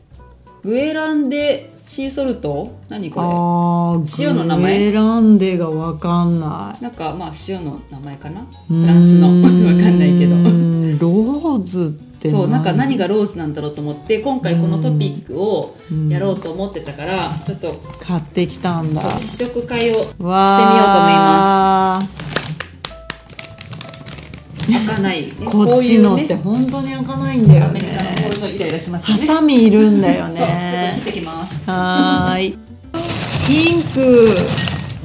Speaker 1: グエランデシーソルト何
Speaker 2: あ
Speaker 1: こ
Speaker 2: ー
Speaker 1: 塩の名前
Speaker 2: グエランデがわかんない
Speaker 1: れなんかまあ塩の名前かなフランスの (laughs)
Speaker 2: う
Speaker 1: わ
Speaker 2: ー
Speaker 1: かんないけど
Speaker 2: うんローズって
Speaker 1: そうなんか何がローズなんだろうと思って今回このトピックをやろうと思ってたからちょっと
Speaker 2: 買ってきたんだ
Speaker 1: そう試食会をしてみようと思いま
Speaker 2: わー
Speaker 1: す開かない、ね、
Speaker 2: (laughs) こっちのって
Speaker 1: こ
Speaker 2: 本当に開かないんだ
Speaker 1: ういうね
Speaker 2: よ
Speaker 1: アメリカのこう
Speaker 2: ね
Speaker 1: いうのイライラします
Speaker 2: ハ
Speaker 1: よね
Speaker 2: サミいるんだよ
Speaker 1: そうちょっと
Speaker 2: ね
Speaker 1: 切ってきます
Speaker 2: はーいピンク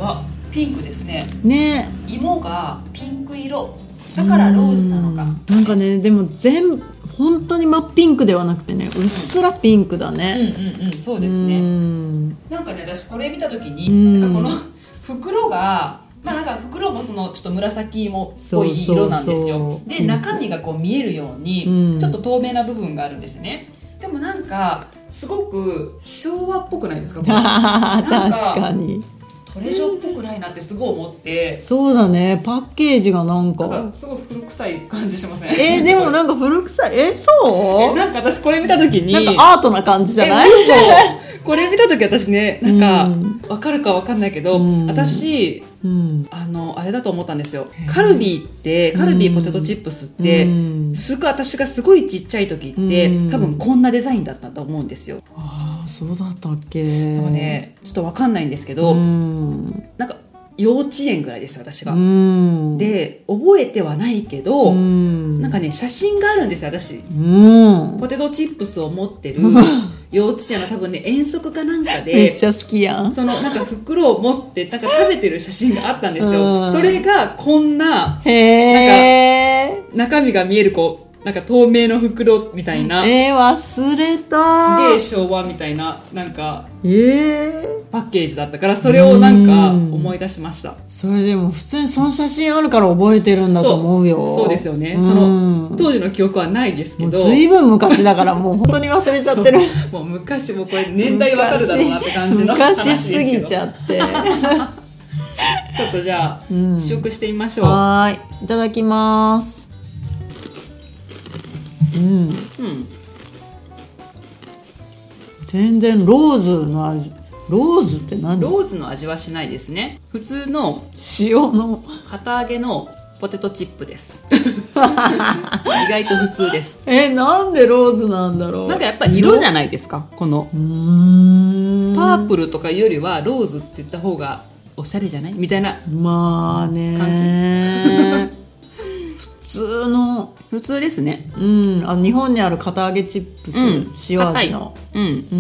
Speaker 1: わピンクですね
Speaker 2: ね
Speaker 1: 芋がピンク色だからローズなのか
Speaker 2: うんなんかねでも全部本当に真っピンクではなくてねうっすらピンクだ
Speaker 1: うんう
Speaker 2: ね、
Speaker 1: んうんそう
Speaker 2: う
Speaker 1: ですね
Speaker 2: ん
Speaker 1: なんかね私これ見た時に、
Speaker 2: うん
Speaker 1: なんかこの (laughs) 袋がまあなんか袋もそのちょっと紫芋っぽい色なんですよ
Speaker 2: そうそうそう
Speaker 1: で中身がこう見えるように、
Speaker 2: うん
Speaker 1: ちょっと透明な部分があるんですねでもなんかすごく昭和っぽくないです
Speaker 2: (laughs)
Speaker 1: かこれなんか
Speaker 2: 確かに
Speaker 1: トレジョっぽくないなってすごい思って
Speaker 2: そうだねパッケージがなんか
Speaker 1: なんかすごい古臭い感じしますね
Speaker 2: えーでも
Speaker 1: こ
Speaker 2: なんか古臭いえ
Speaker 1: れ
Speaker 2: そ
Speaker 1: え (laughs) なんか私これ見た時に
Speaker 2: うなんかアートな感じじゃない
Speaker 1: え嘘 (laughs) これ見た時私ねなんか、わ
Speaker 2: うん
Speaker 1: かるかわかんないけど、
Speaker 2: うん
Speaker 1: 私
Speaker 2: うん
Speaker 1: あのあれだと思ったんですよカルビーってカルビーポテトチップスって、
Speaker 2: うん
Speaker 1: すごい私がすごいちっちゃい時って、
Speaker 2: うん
Speaker 1: 多分こんなデザインだったと思うんですよ、
Speaker 2: ああそうだったっけ
Speaker 1: でもねちょっとわかんないんですけど、
Speaker 2: うん
Speaker 1: なんか幼稚園ぐらいですよ私が、
Speaker 2: うん
Speaker 1: で覚えてはないけど、
Speaker 2: うん
Speaker 1: なんかね写真があるんですよ私
Speaker 2: うん (laughs)
Speaker 1: ポテトチップスを持ってる幼稚園の多分ね遠足かなんか
Speaker 2: めっ
Speaker 1: で
Speaker 2: ちゃ好きやん
Speaker 1: そのなんか袋を持ってなんか食べてる写真があったんです
Speaker 2: う
Speaker 1: よ
Speaker 2: ん
Speaker 1: それがこんな
Speaker 2: へえ
Speaker 1: 中身が見えるこうなんか透明の袋みたいなす
Speaker 2: えー、忘れ
Speaker 1: げ
Speaker 2: た
Speaker 1: え昭和みたいななんか
Speaker 2: すげええー、
Speaker 1: パッケージだったからそれをなんか
Speaker 2: うん
Speaker 1: 思い出しました
Speaker 2: それでも普通にその写真あるから覚えてるんだと思うよ
Speaker 1: そうそうですよね
Speaker 2: うん
Speaker 1: その当時の記憶はないですけ
Speaker 2: もう
Speaker 1: ど
Speaker 2: 随分昔だからもう本当に忘れちゃってる
Speaker 1: (laughs) そうもう昔もうこれ年代わかるだろうなって感じの話
Speaker 2: 昔
Speaker 1: で
Speaker 2: 昔
Speaker 1: す
Speaker 2: す
Speaker 1: け
Speaker 2: ぎ
Speaker 1: ど
Speaker 2: ち
Speaker 1: ちょ
Speaker 2: ゃって
Speaker 1: っとじゃあ、
Speaker 2: ん
Speaker 1: 試食してみましょう
Speaker 2: はーいいただきますうん
Speaker 1: うん
Speaker 2: 全然ローズの味ローズって何
Speaker 1: ローズの味はしないですね普通の
Speaker 2: 塩の
Speaker 1: 堅揚げのポテトチップです意外と普通です
Speaker 2: えなんでローズなんだろう
Speaker 1: なんかやっぱ色じゃないですかこの
Speaker 2: うーん
Speaker 1: パープルとかよりはローズって言った方がおしゃれじゃないみたいな
Speaker 2: まあね
Speaker 1: 感じ
Speaker 2: 普通の
Speaker 1: 普通ですね
Speaker 2: うんあ日本にある片揚げチップス、
Speaker 1: うん
Speaker 2: 塩味の
Speaker 1: 硬いうん
Speaker 2: う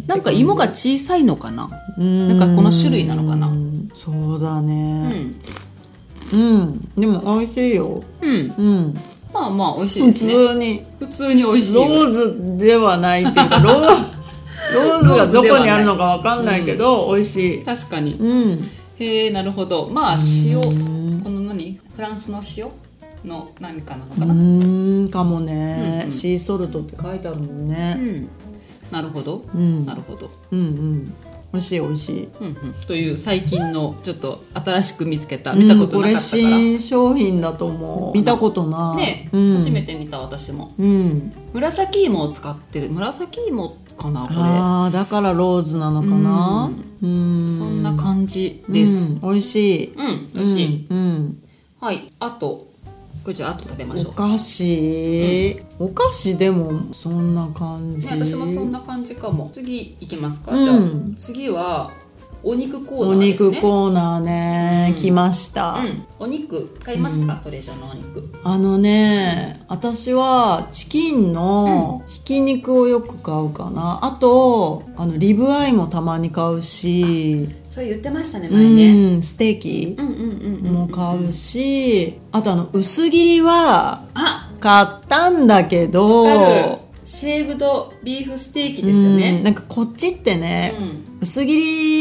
Speaker 2: ん
Speaker 1: なんか芋が小さいのかな
Speaker 2: うん
Speaker 1: なんかこの種類なのかな
Speaker 2: うんそうだ
Speaker 1: う
Speaker 2: ね
Speaker 1: ん
Speaker 2: うん、でも美味しいよ
Speaker 1: うん
Speaker 2: うん
Speaker 1: まあまあ美味しい
Speaker 2: 普
Speaker 1: ですね
Speaker 2: 通に
Speaker 1: 普通に美味しい
Speaker 2: ローズではないっていうか
Speaker 1: (laughs)
Speaker 2: ローローズがどこにあるのかわかんないけど、美味しい
Speaker 1: 確かに
Speaker 2: うん
Speaker 1: へえなるほどまあ塩この何フランスの塩の何かなのか
Speaker 2: う
Speaker 1: な
Speaker 2: ーんかもね、
Speaker 1: うんうん
Speaker 2: シーソルトって書いてあるもん
Speaker 1: う
Speaker 2: ね、
Speaker 1: んなるほど
Speaker 2: うん、
Speaker 1: なるほど
Speaker 2: うんうん美味しい美味しい
Speaker 1: うんうんという最近のちょっと新しく見つけた見たことなかった
Speaker 2: うん
Speaker 1: か
Speaker 2: これ
Speaker 1: ら、
Speaker 2: 新商品だと思う見たことない
Speaker 1: ね、
Speaker 2: うん、
Speaker 1: 初めて見た私も
Speaker 2: うん
Speaker 1: 紫芋を使ってる紫芋かなこ
Speaker 2: ああだからローズなのかなうん
Speaker 1: れそんな感じです
Speaker 2: うん美味しい
Speaker 1: うん、美味しい、
Speaker 2: うん
Speaker 1: はいあとこれじゃああと食べ
Speaker 2: う
Speaker 1: ま
Speaker 2: ん
Speaker 1: しょ
Speaker 2: お
Speaker 1: う
Speaker 2: 菓子、お菓子でもそんな感じ、
Speaker 1: ね私もそんな感じかも次いきますか、
Speaker 2: うん
Speaker 1: じゃあ次はお肉コーナ
Speaker 2: お
Speaker 1: ーです
Speaker 2: 肉
Speaker 1: ね
Speaker 2: コーナーね、
Speaker 1: うん
Speaker 2: 来ました、
Speaker 1: うん、お肉買いますか、トレジャーのお肉
Speaker 2: あのね私はチキンのひき肉をよく買うかな、あとあのリブアイもたまに買うし、
Speaker 1: それ言ってましたね前ね、
Speaker 2: うん、ステーキ
Speaker 1: うん、うんうんうん
Speaker 2: も買うし、あとあの薄切りは
Speaker 1: あ
Speaker 2: 買ったんだけど
Speaker 1: わかるシェーブドビーフステーキですよ
Speaker 2: うん
Speaker 1: ね
Speaker 2: なんかこっちって
Speaker 1: う
Speaker 2: ね、
Speaker 1: ん
Speaker 2: 薄切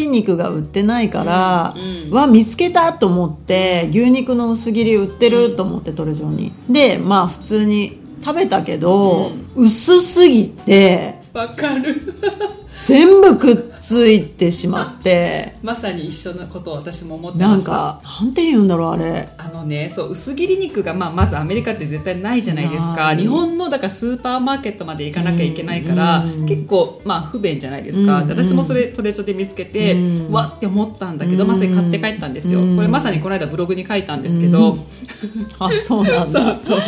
Speaker 2: り肉が売ってないから、
Speaker 1: うん
Speaker 2: わ見つけたと思って牛肉の薄切り売ってると思ってトレジョンにでまあ普通に食べたけど、薄すぎて
Speaker 1: わかる (laughs)
Speaker 2: 全部くっついてしまって
Speaker 1: まさに一緒のことを私も思って
Speaker 2: な
Speaker 1: ま
Speaker 2: ん
Speaker 1: した
Speaker 2: かなんて言うんだろうあれ
Speaker 1: あのねそう薄切り肉が、まあ、まずアメリカって絶対ないじゃないです
Speaker 2: な
Speaker 1: か
Speaker 2: い
Speaker 1: 日本のだからスーパーマーケットまで行かなきゃいけないから、
Speaker 2: うん
Speaker 1: 結構、まあ、不便じゃないですか、
Speaker 2: うん
Speaker 1: で私もそれトレジョで見つけて、
Speaker 2: うん
Speaker 1: わって思ったんだけど、
Speaker 2: うん
Speaker 1: まさに買って帰ったんですよ、
Speaker 2: うん
Speaker 1: これまさにこの間ブログに書いたんですけど、
Speaker 2: うんあそうな
Speaker 1: (laughs)
Speaker 2: ん
Speaker 1: そ
Speaker 2: だ
Speaker 1: うそう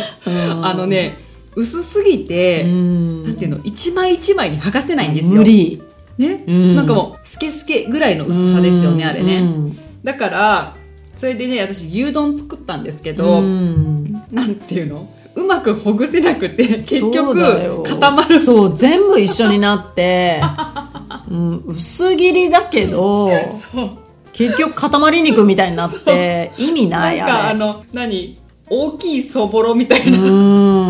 Speaker 2: うん
Speaker 1: あのね薄すぎて、
Speaker 2: うん
Speaker 1: なんていうの一枚一枚に剥がせないんですよ
Speaker 2: 無理
Speaker 1: ね、
Speaker 2: うん
Speaker 1: なんかもうスケスケぐらいの薄さですよね、
Speaker 2: うん
Speaker 1: あれね、
Speaker 2: うん
Speaker 1: だからそれでね私牛丼作ったんですけど、
Speaker 2: うん
Speaker 1: なんていうのうまくほぐせなくて結
Speaker 2: そうだよ
Speaker 1: 局固まる
Speaker 2: そう全部一緒になって、うん、薄切りだけ
Speaker 1: (laughs)
Speaker 2: ど
Speaker 1: そう
Speaker 2: 結局塊肉みたいになって意味
Speaker 1: な
Speaker 2: なんい
Speaker 1: か
Speaker 2: あ
Speaker 1: あ
Speaker 2: れ
Speaker 1: の何大きいそぼろみたいな、
Speaker 2: うん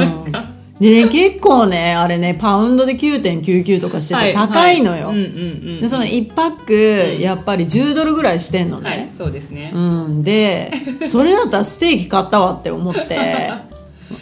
Speaker 2: でね結構ねあれねパウンドで9.99とかして
Speaker 1: は
Speaker 2: て高いのよ、
Speaker 1: はうんうんうん
Speaker 2: でその1パックやっぱり10ドルぐらいしてんのね、
Speaker 1: はいそうですね、
Speaker 2: うん、でそれだったらステーキ買ったわって思
Speaker 1: (laughs)
Speaker 2: って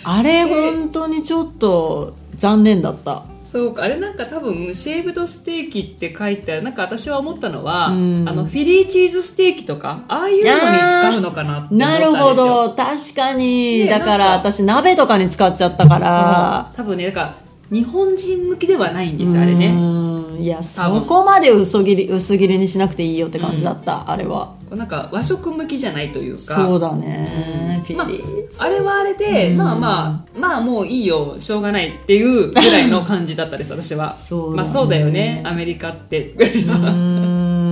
Speaker 2: あれ本当にちょっと残念だった
Speaker 1: そうかあれなんか多分シェーブドステーキって書いてあるなんか私は思ったのは、
Speaker 2: うん
Speaker 1: あのフィリーチーズステーキとかああいうのに使うのかなって思ったん
Speaker 2: な
Speaker 1: ですよ
Speaker 2: るほど確かに、
Speaker 1: ね
Speaker 2: だか
Speaker 1: な
Speaker 2: ら
Speaker 1: んか
Speaker 2: 私鍋とかに使っちゃったから
Speaker 1: そう多分ねだから日本人向きではないんですよあれね
Speaker 2: うんいや
Speaker 1: 多分
Speaker 2: そこまで薄切り薄切りにしなくていいよって感じだった、あれは
Speaker 1: こうなんか和食向きじゃないというか
Speaker 2: そうだね、フィリー
Speaker 1: まあ、あれはあれで、
Speaker 2: うん
Speaker 1: まあまあまあもういいよしょうがないっていうぐらいの感じだ
Speaker 2: (laughs)
Speaker 1: ったです私は
Speaker 2: そう
Speaker 1: ま
Speaker 2: だね
Speaker 1: あ、そうだよねアメリカってぐらいの
Speaker 2: う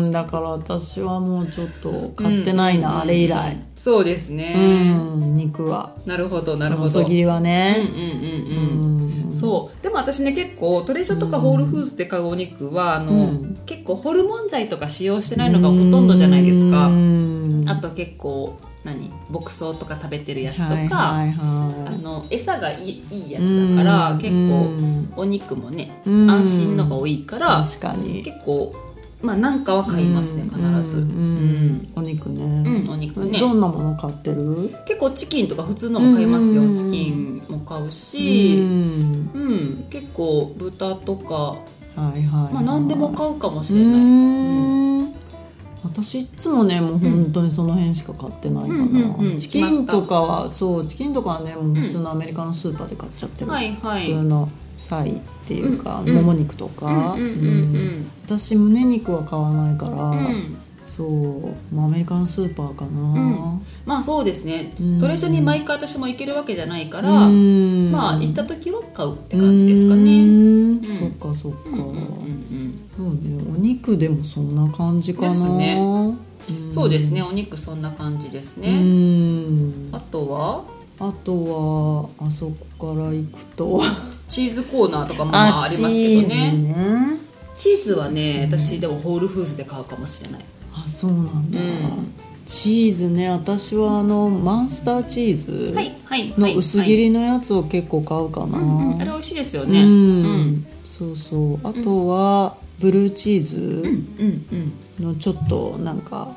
Speaker 2: んだから私はもうちょっと買ってないな、あれ以来
Speaker 1: そうです
Speaker 2: う
Speaker 1: ね、
Speaker 2: ん肉は
Speaker 1: なるほどな
Speaker 2: そ
Speaker 1: る
Speaker 2: の
Speaker 1: ほど
Speaker 2: 細切りは
Speaker 1: うんう
Speaker 2: ね、
Speaker 1: んうんうん、
Speaker 2: うんうん
Speaker 1: そうでも私ね結構トレジョとかホールフーズで買うお肉は、あの
Speaker 2: うん
Speaker 1: 結構ホルモン剤とか使用してないのがほとんどじゃないですか、
Speaker 2: うん
Speaker 1: あと結構何牧草とか食べてるやつとか、
Speaker 2: はいはい
Speaker 1: あ
Speaker 2: はい
Speaker 1: の餌がいいいいやつだから、
Speaker 2: うん
Speaker 1: 結構お肉もね、
Speaker 2: うん
Speaker 1: 安心のが多いから
Speaker 2: 確かに
Speaker 1: 結構まあなんかは買いますね必ず
Speaker 2: う
Speaker 1: うんん、
Speaker 2: お肉ね、
Speaker 1: うんお肉ね
Speaker 2: どんなもの買ってる
Speaker 1: 結構チキンとか普通のも買いますよ、
Speaker 2: うん
Speaker 1: チキンも買うし、
Speaker 2: うん
Speaker 1: うん、結構豚とか、
Speaker 2: はいはい
Speaker 1: まあ、何でも買うかもしれ
Speaker 2: う
Speaker 1: ない、
Speaker 2: ーん私いつもねもう本当にその辺しか買ってないかな、
Speaker 1: うんうんうんうん
Speaker 2: チキンとかはそうチキンとかはねもう普通のアメリカのスーパーで買っちゃってる、
Speaker 1: はいはい
Speaker 2: 普通のサイっていうか、
Speaker 1: うんうん
Speaker 2: もも肉とか、
Speaker 1: うんうん
Speaker 2: うん私胸肉は買わないから、
Speaker 1: うんうんうん
Speaker 2: そう、まあ、アメリカのスーパーかな、
Speaker 1: んまあそうですね、
Speaker 2: うん
Speaker 1: トレジョに毎回私も行けるわけじゃないから、
Speaker 2: うん
Speaker 1: まあ行った時は買うって感じですか
Speaker 2: う
Speaker 1: ね
Speaker 2: ーん
Speaker 1: ん
Speaker 2: そっかそっか、
Speaker 1: うんうんうん
Speaker 2: そうねお肉でもそんな感じかな
Speaker 1: ですね
Speaker 2: う
Speaker 1: うんんそうですねお肉そんな感じです
Speaker 2: う
Speaker 1: ね、
Speaker 2: ん
Speaker 1: あとは
Speaker 2: あとはあそこから行くと
Speaker 1: (laughs) チーズコーナーとかもまあありますけどねチーズはね私でもホールフーズで買うかもしれない
Speaker 2: あそうなんだ、
Speaker 1: うん
Speaker 2: チーズね私はあのマスターチーズ
Speaker 1: はいはいは
Speaker 2: の
Speaker 1: い
Speaker 2: 薄切りのやつを結構買うかな、
Speaker 1: うんうん、あれ美味しいですよ
Speaker 2: うん
Speaker 1: ねうん
Speaker 2: そうそうあとはブルーチー
Speaker 1: う
Speaker 2: ズ
Speaker 1: んうんうん
Speaker 2: のちょっとなんか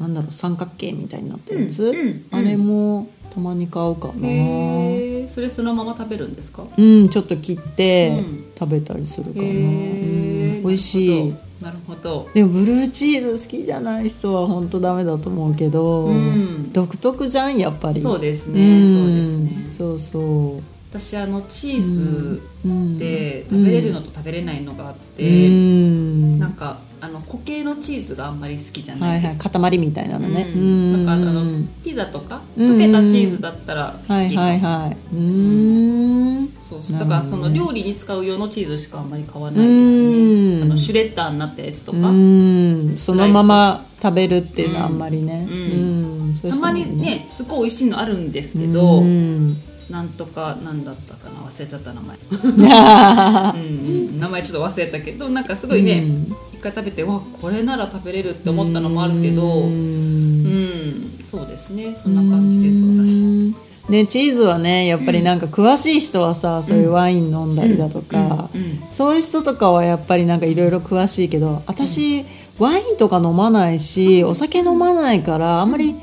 Speaker 2: なんだろう三角形みたいになったやつ、
Speaker 1: うんうん
Speaker 2: あれもたまに買うかな
Speaker 1: へえそれそのまま食べるんですか
Speaker 2: うん、ちょっと切って
Speaker 1: うん
Speaker 2: 食べたりするかな、
Speaker 1: へ
Speaker 2: う
Speaker 1: え
Speaker 2: ん美味しい
Speaker 1: なるほど
Speaker 2: でもブルーチーズ好きじゃない人は本当ダメだと思うけど、
Speaker 1: うん
Speaker 2: 独特じゃんやっぱり
Speaker 1: そうです
Speaker 2: う
Speaker 1: ね
Speaker 2: ん
Speaker 1: そうですね
Speaker 2: そうそ
Speaker 1: 私あのチーズ
Speaker 2: う、うん、
Speaker 1: で食べれるのと食べれないのがあっ
Speaker 2: う
Speaker 1: て、
Speaker 2: ん
Speaker 1: なんかあの固形のチーズがあんまり好きじゃな
Speaker 2: はいい
Speaker 1: で
Speaker 2: はい
Speaker 1: す、
Speaker 2: 塊みたいなのね、
Speaker 1: う
Speaker 2: うん
Speaker 1: ん、だからあ
Speaker 2: う
Speaker 1: の
Speaker 2: ん
Speaker 1: ピザとか
Speaker 2: うん
Speaker 1: 溶けたチーズだったら好き、
Speaker 2: はいはいはいうん
Speaker 1: そうそうだからその
Speaker 2: なる
Speaker 1: 料理に使う用のチーズしかあんまり買わないです
Speaker 2: う
Speaker 1: ね
Speaker 2: ん
Speaker 1: あのシュレッダーになったやつとか
Speaker 2: うんそのまま食べるっていうのはあんまりね、
Speaker 1: うん
Speaker 2: うんそう
Speaker 1: た
Speaker 2: した
Speaker 1: ま
Speaker 2: らいい
Speaker 1: にねすごい美味しいのあるんですけど (laughs)
Speaker 2: うん
Speaker 1: なんとかなんだったかな忘れちゃった名前 (laughs) うんうん名前ちょっと忘れたけどなんかすごいね
Speaker 2: うん
Speaker 1: 一回食べてわこれなら食べれるって思ったのもあるけど
Speaker 2: う
Speaker 1: うん
Speaker 2: ん
Speaker 1: そうですねそんな感じです私
Speaker 2: ね、チーズはねやっぱりなんか詳しい人はさ、そういうワイン飲んだりだとか、
Speaker 1: うんうん
Speaker 2: そういう人とかはやっぱりなんかいろいろ詳しいけど私、ワインとか飲まないしお酒飲まないからあんまり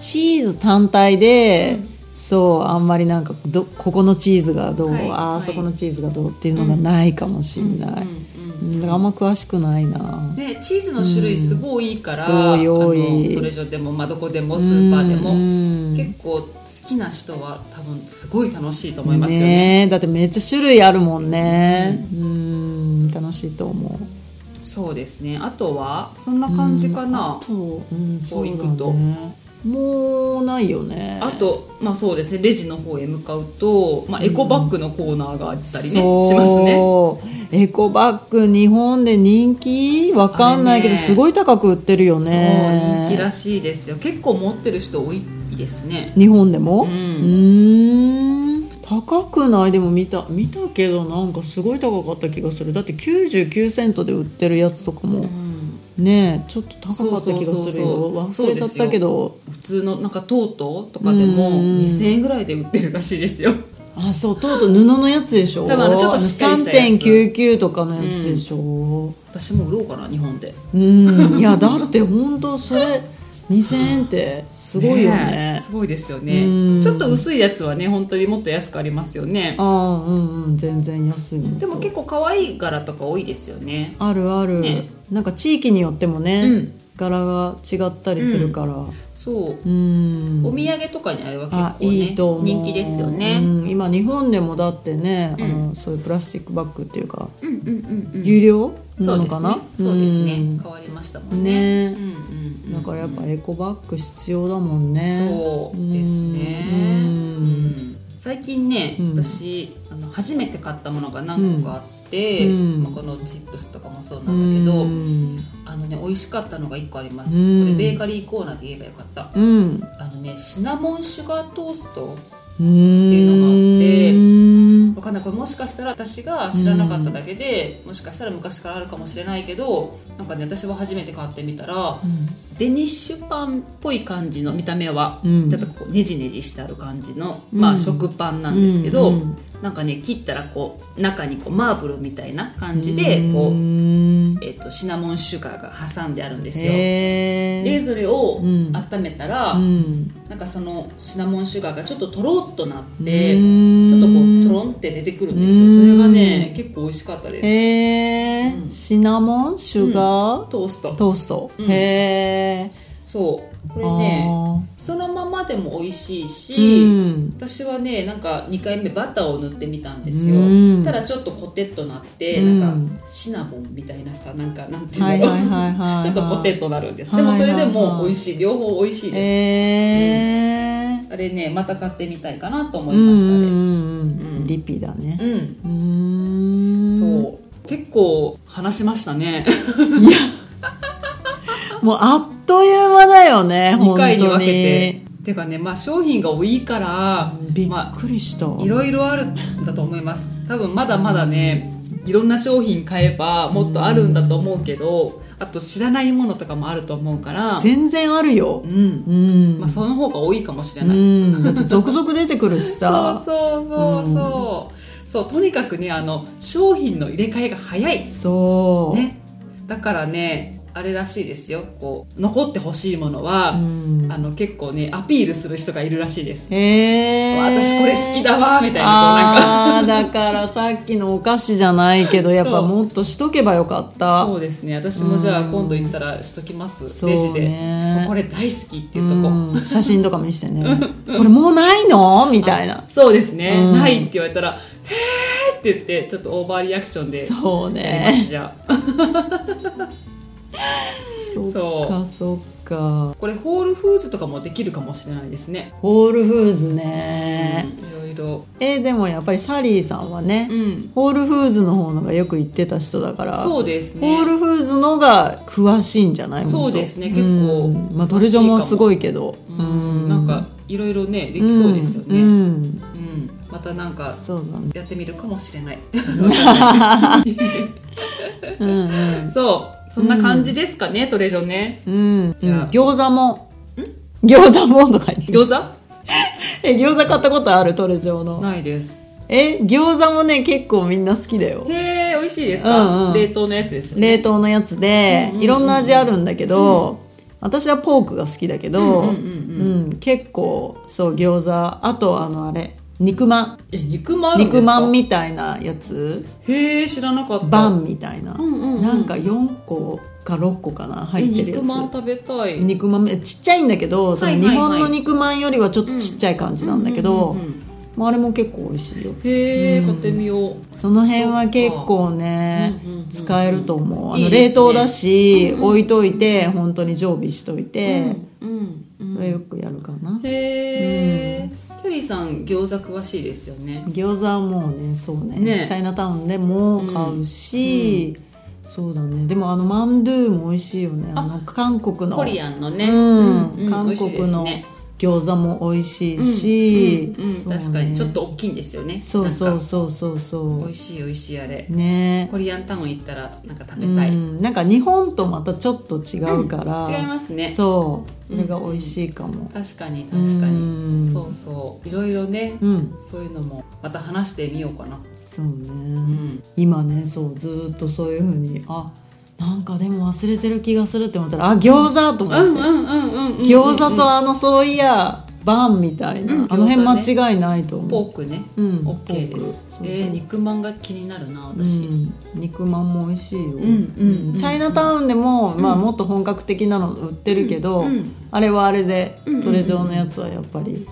Speaker 2: チーズ単体で、そうあんまりなんかどここのチーズがどう、
Speaker 1: はい
Speaker 2: あ
Speaker 1: はい
Speaker 2: あそこのチーズがどうっていうのがないかもしれな
Speaker 1: う
Speaker 2: い、
Speaker 1: んうん
Speaker 2: うんだからあんま詳しくないな、
Speaker 1: でチーズの種類すごい多いから、
Speaker 2: うん多い多い
Speaker 1: あのトレジョでも、まあ、どこでもスーパーでも、
Speaker 2: うん
Speaker 1: 結構好きな人は多分すごい楽しいと思いますよね
Speaker 2: ねえだってめっちゃ種類あるもんねうん楽しいと思う
Speaker 1: そうですねあとはそんな感じかな、
Speaker 2: と、うん、
Speaker 1: こ
Speaker 2: そうう
Speaker 1: 行
Speaker 2: 行
Speaker 1: く
Speaker 2: く
Speaker 1: と
Speaker 2: と、もうないよね
Speaker 1: あとまあそうですねレジの方へ向かうと、まあ、エコバッグのコーナーがあったりね、
Speaker 2: そう
Speaker 1: しますね
Speaker 2: エコバッグ日本で人気わかんないけ
Speaker 1: あれ
Speaker 2: ど、
Speaker 1: ね
Speaker 2: すごい高く売ってるよ
Speaker 1: そう
Speaker 2: ね
Speaker 1: 人気らしいですよ結構持ってる人多いですね
Speaker 2: 日本でも
Speaker 1: う
Speaker 2: うんーん高くないでも見た見たけどなんかすごい高かった気がするだって99セントで売ってるやつとかもねえちょっと高かった気がするよ
Speaker 1: そうそうそうそう
Speaker 2: 忘れちゃったけど
Speaker 1: 普通のなんかトートとかでも
Speaker 2: うん
Speaker 1: 2000円ぐらいで売ってるらしいですよ
Speaker 2: あそうとうとう布のやつでしょ
Speaker 1: 多分あのちょっとしっかりしたやつ
Speaker 2: 3.99とかのやつでしょ
Speaker 1: 私も売ろうかな日本で
Speaker 2: うん、いやだって本当それ2000円ってすごいよね
Speaker 1: えすごいですよ
Speaker 2: う
Speaker 1: ね
Speaker 2: ん
Speaker 1: ちょっと薄いやつはね本当にもっと安くありますよね
Speaker 2: ああうんうん全然安いの
Speaker 1: でも結構可愛い柄とか多いですよね
Speaker 2: あるある、
Speaker 1: ね
Speaker 2: なんか地域によってもね、
Speaker 1: うん
Speaker 2: 柄が違ったりするから
Speaker 1: そう
Speaker 2: うん、
Speaker 1: お土産とかにあれは結
Speaker 2: あ
Speaker 1: 構ね
Speaker 2: いいと思う
Speaker 1: 人気ですよね
Speaker 2: うん今日本でもだってね、
Speaker 1: うん
Speaker 2: あのそういうプラスチックバッグっていうか、
Speaker 1: うんうんうんうん
Speaker 2: 有料
Speaker 1: そ
Speaker 2: な
Speaker 1: う
Speaker 2: の
Speaker 1: で
Speaker 2: か
Speaker 1: す
Speaker 2: な
Speaker 1: ねそうですね
Speaker 2: ん
Speaker 1: 変わりましたもんね
Speaker 2: ね
Speaker 1: うんうんうん
Speaker 2: だからやっぱエコバッグ必要だもんね
Speaker 1: そうですね
Speaker 2: う
Speaker 1: うん
Speaker 2: ん
Speaker 1: 最近ね、
Speaker 2: うん
Speaker 1: 私あの初めて買ったものが何個かあって、
Speaker 2: うん
Speaker 1: まあこのチップスとかもそうなんだけど、
Speaker 2: うん
Speaker 1: あのね美味しかったのが1個あります、
Speaker 2: うん
Speaker 1: これベーカリーコーナーで言えばよかった
Speaker 2: うん
Speaker 1: あのねシナモンシュガートースト
Speaker 2: って
Speaker 1: いうのがあって
Speaker 2: の
Speaker 1: わかんないこれもしかしたら私が知らなかっただけで、もしかしたら昔からあるかもしれないけどなんかね私は初めて買ってみたらデニッシュパンっぽい感じの見た目は、
Speaker 2: うん
Speaker 1: ちょっとこうネジネジしてある感じの、
Speaker 2: うん
Speaker 1: まあ、食パンなんですけど、
Speaker 2: うん
Speaker 1: なんかね切ったらこう中にこうマーブルみたいな感じでこう、
Speaker 2: う
Speaker 1: えー、とシナモンシュガーが挟んであるんですよ。
Speaker 2: へ
Speaker 1: で
Speaker 2: え
Speaker 1: それを
Speaker 2: うん
Speaker 1: 温めたら、
Speaker 2: うん
Speaker 1: なんかそのシナモンシュガーがちょっととろっとなって、ちょっとこうト
Speaker 2: ょ
Speaker 1: ロンって出てくるんですよ。それがね結構美味しかったです。
Speaker 2: へえ
Speaker 1: うん
Speaker 2: シナモンシュガー
Speaker 1: トースト。
Speaker 2: トースト
Speaker 1: うん
Speaker 2: へえ
Speaker 1: そうこれね
Speaker 2: あ
Speaker 1: そのままでも美味しいし。
Speaker 2: ーうん
Speaker 1: 私はねなんか2回目バターを塗ってみたんですよ、
Speaker 2: うん
Speaker 1: ただちょっとコテッとなって、
Speaker 2: うん
Speaker 1: なんかシナモンみたいなさなんかなんてい
Speaker 2: は
Speaker 1: う
Speaker 2: い
Speaker 1: の、
Speaker 2: はいはいは
Speaker 1: (laughs)
Speaker 2: い
Speaker 1: ちょっとコテッとなるんです、
Speaker 2: はいはいはい
Speaker 1: でもそれでも美味しい両方美味しい
Speaker 2: へ
Speaker 1: で
Speaker 2: え
Speaker 1: す、あれねまた買ってみたいかなと思
Speaker 2: う
Speaker 1: い
Speaker 2: ん
Speaker 1: まし
Speaker 2: う
Speaker 1: たね
Speaker 2: んうん
Speaker 1: うん
Speaker 2: リピだね
Speaker 1: うん、
Speaker 2: うーん
Speaker 1: そう結構話しましたね
Speaker 2: もうあっという間だよね
Speaker 1: 2回に
Speaker 2: 本当
Speaker 1: 分けててかねまあ商品が多いから、
Speaker 2: び
Speaker 1: ま
Speaker 2: っ
Speaker 1: あ
Speaker 2: くりした、
Speaker 1: いろいろあるんだと思います多分まだまだねいろんな商品買えばもっとあるんだと思うけどあと知らないものとかもあると思うから
Speaker 2: 全然あるよ
Speaker 1: う、
Speaker 2: うんん
Speaker 1: まあ、その方が多いかもしれ
Speaker 2: う
Speaker 1: ない、
Speaker 2: ん、だって続々出てくるし
Speaker 1: そう
Speaker 2: さ
Speaker 1: そうそうそう、そうとにかくねあの商品の入れ替えが早い、
Speaker 2: そう
Speaker 1: ね、だからねあれらしいですよこう残ってほしいものは、
Speaker 2: うん
Speaker 1: あの結構ねアピールする人がいるらしいです、
Speaker 2: へえ
Speaker 1: 私これ好きだわみたいなこうなんか
Speaker 2: あーだからさっきのお菓子じゃないけどや
Speaker 1: (laughs)
Speaker 2: っ
Speaker 1: そ
Speaker 2: ぱ
Speaker 1: う
Speaker 2: もっとしとけばよかった
Speaker 1: そうですね私もじゃあ
Speaker 2: うん
Speaker 1: 今度行ったらしときます、
Speaker 2: そう
Speaker 1: レ
Speaker 2: ね
Speaker 1: ジでもうこれ大好きっていうとこ、
Speaker 2: うん写真とか見してねこれもうないのみたいな
Speaker 1: そうですね、
Speaker 2: うん
Speaker 1: ないって言われたら「へーって言ってちょっとオーバーリアクションで
Speaker 2: そう
Speaker 1: やります
Speaker 2: ね
Speaker 1: じゃあ
Speaker 2: そ
Speaker 1: そ
Speaker 2: っ
Speaker 1: う
Speaker 2: かそっか
Speaker 1: これホールフーズとかもできるかもしれないですね、
Speaker 2: ホールフーズね、
Speaker 1: うんいろいろ
Speaker 2: えーでもやっぱりサリーさんはね、
Speaker 1: うん
Speaker 2: ホールフーズの方のがよく行ってた人だから
Speaker 1: そうですね
Speaker 2: ホールフーズのが詳しいんじゃない
Speaker 1: そう
Speaker 2: もっと
Speaker 1: ですね結構
Speaker 2: うんまあ、トレジョもすごいけど
Speaker 1: うんなんかいろいろねできそうですよね、
Speaker 2: う
Speaker 1: うん
Speaker 2: ん
Speaker 1: またなんか
Speaker 2: そうだね
Speaker 1: やってみるかもしれない (laughs)
Speaker 2: うん
Speaker 1: そうそんな感じですかね、トレジョね
Speaker 2: うん、うん、
Speaker 1: (laughs) じゃあ
Speaker 2: 餃子も餃子もと
Speaker 1: (laughs)
Speaker 2: か言って
Speaker 1: 餃子
Speaker 2: え餃子買ったことあるトレジョの
Speaker 1: ないです
Speaker 2: え餃子もね結構みんな好きだよ
Speaker 1: へえ美味しいですか、
Speaker 2: うんうん
Speaker 1: 冷凍のやつですよね
Speaker 2: 冷凍のやつ
Speaker 1: うん
Speaker 2: で、
Speaker 1: うんうん
Speaker 2: いろんな味あるんだけど、私はポークが好きだけど、
Speaker 1: うんうんうん
Speaker 2: うん結構そう餃子あとあのあれ肉まん
Speaker 1: え肉まんあるんですか
Speaker 2: 肉まんみたいなやつ
Speaker 1: へえ知らなかった
Speaker 2: バンみたいな、
Speaker 1: うんうんうん
Speaker 2: なんか4個か6個かな
Speaker 1: え
Speaker 2: 入ってるやつ
Speaker 1: 肉まん食べたい
Speaker 2: 肉まんえちっちゃいんだけど、その
Speaker 1: はいはいはい
Speaker 2: 日本の肉まんよりはちょっとちっちゃい感じなんだけど、
Speaker 1: うんうんうんうん
Speaker 2: まあ、あれも結構美味しいよ
Speaker 1: へえ
Speaker 2: うん
Speaker 1: 買ってみよう
Speaker 2: その辺は結構ね
Speaker 1: そうかうんうんうん
Speaker 2: 使えると思うあ
Speaker 1: い
Speaker 2: の
Speaker 1: いですね
Speaker 2: 冷凍だし
Speaker 1: うんうん
Speaker 2: 置いといて本当に常備しといて、
Speaker 1: うんうん
Speaker 2: それよくやるかな
Speaker 1: へえ、キャリーさん餃子詳しいですよね
Speaker 2: 餃子はもうねそうね
Speaker 1: ね
Speaker 2: チャイナタウンでも買うし、そうだねでもあのマンドゥも美味しいよねあの韓国の
Speaker 1: コリアンのね、
Speaker 2: うん
Speaker 1: 美
Speaker 2: 韓
Speaker 1: 味しいで
Speaker 2: 国
Speaker 1: す
Speaker 2: の
Speaker 1: ね
Speaker 2: 餃子も美味しいし、
Speaker 1: うんうんうん
Speaker 2: そうね
Speaker 1: 確かにちょっと大きいんですよね
Speaker 2: そうそ
Speaker 1: なん
Speaker 2: う
Speaker 1: か
Speaker 2: そうそうそ
Speaker 1: 美味しい美味しいあれ
Speaker 2: うね
Speaker 1: コリアンタウン行ったらなんか食
Speaker 2: う
Speaker 1: べたい、
Speaker 2: ん、なんか日本とまたちょっと違うから、
Speaker 1: 違いますね
Speaker 2: そうそれが美味しいかも、
Speaker 1: 確かに確かに、
Speaker 2: に
Speaker 1: そうそういろいろね
Speaker 2: ううん
Speaker 1: そういうのもまた話してみようかな。
Speaker 2: そうね、
Speaker 1: うん。
Speaker 2: 今ねそうずーっとそういうふうにあなんかでも忘れてる気がするって思ったらあ餃子と思って、
Speaker 1: んうんうん
Speaker 2: 餃子とあのそういやバンみたいな、
Speaker 1: うん
Speaker 2: あの辺
Speaker 1: 餃子
Speaker 2: 間違いないと
Speaker 1: ポ
Speaker 2: 思う、
Speaker 1: ークね。
Speaker 2: うん、
Speaker 1: オッケーです
Speaker 2: ポ。
Speaker 1: えー
Speaker 2: ク
Speaker 1: 肉まんが気になるな
Speaker 2: そうそ
Speaker 1: 私。
Speaker 2: ううん、肉まんも美味しいよ、
Speaker 1: んうんうん
Speaker 2: チャイナタウンでも、
Speaker 1: ん
Speaker 2: まあ、もっと本格的なの売ってるけど、
Speaker 1: うん
Speaker 2: あれはあれで、
Speaker 1: うんうんうん
Speaker 2: トレジョーのやつはやっぱり、うん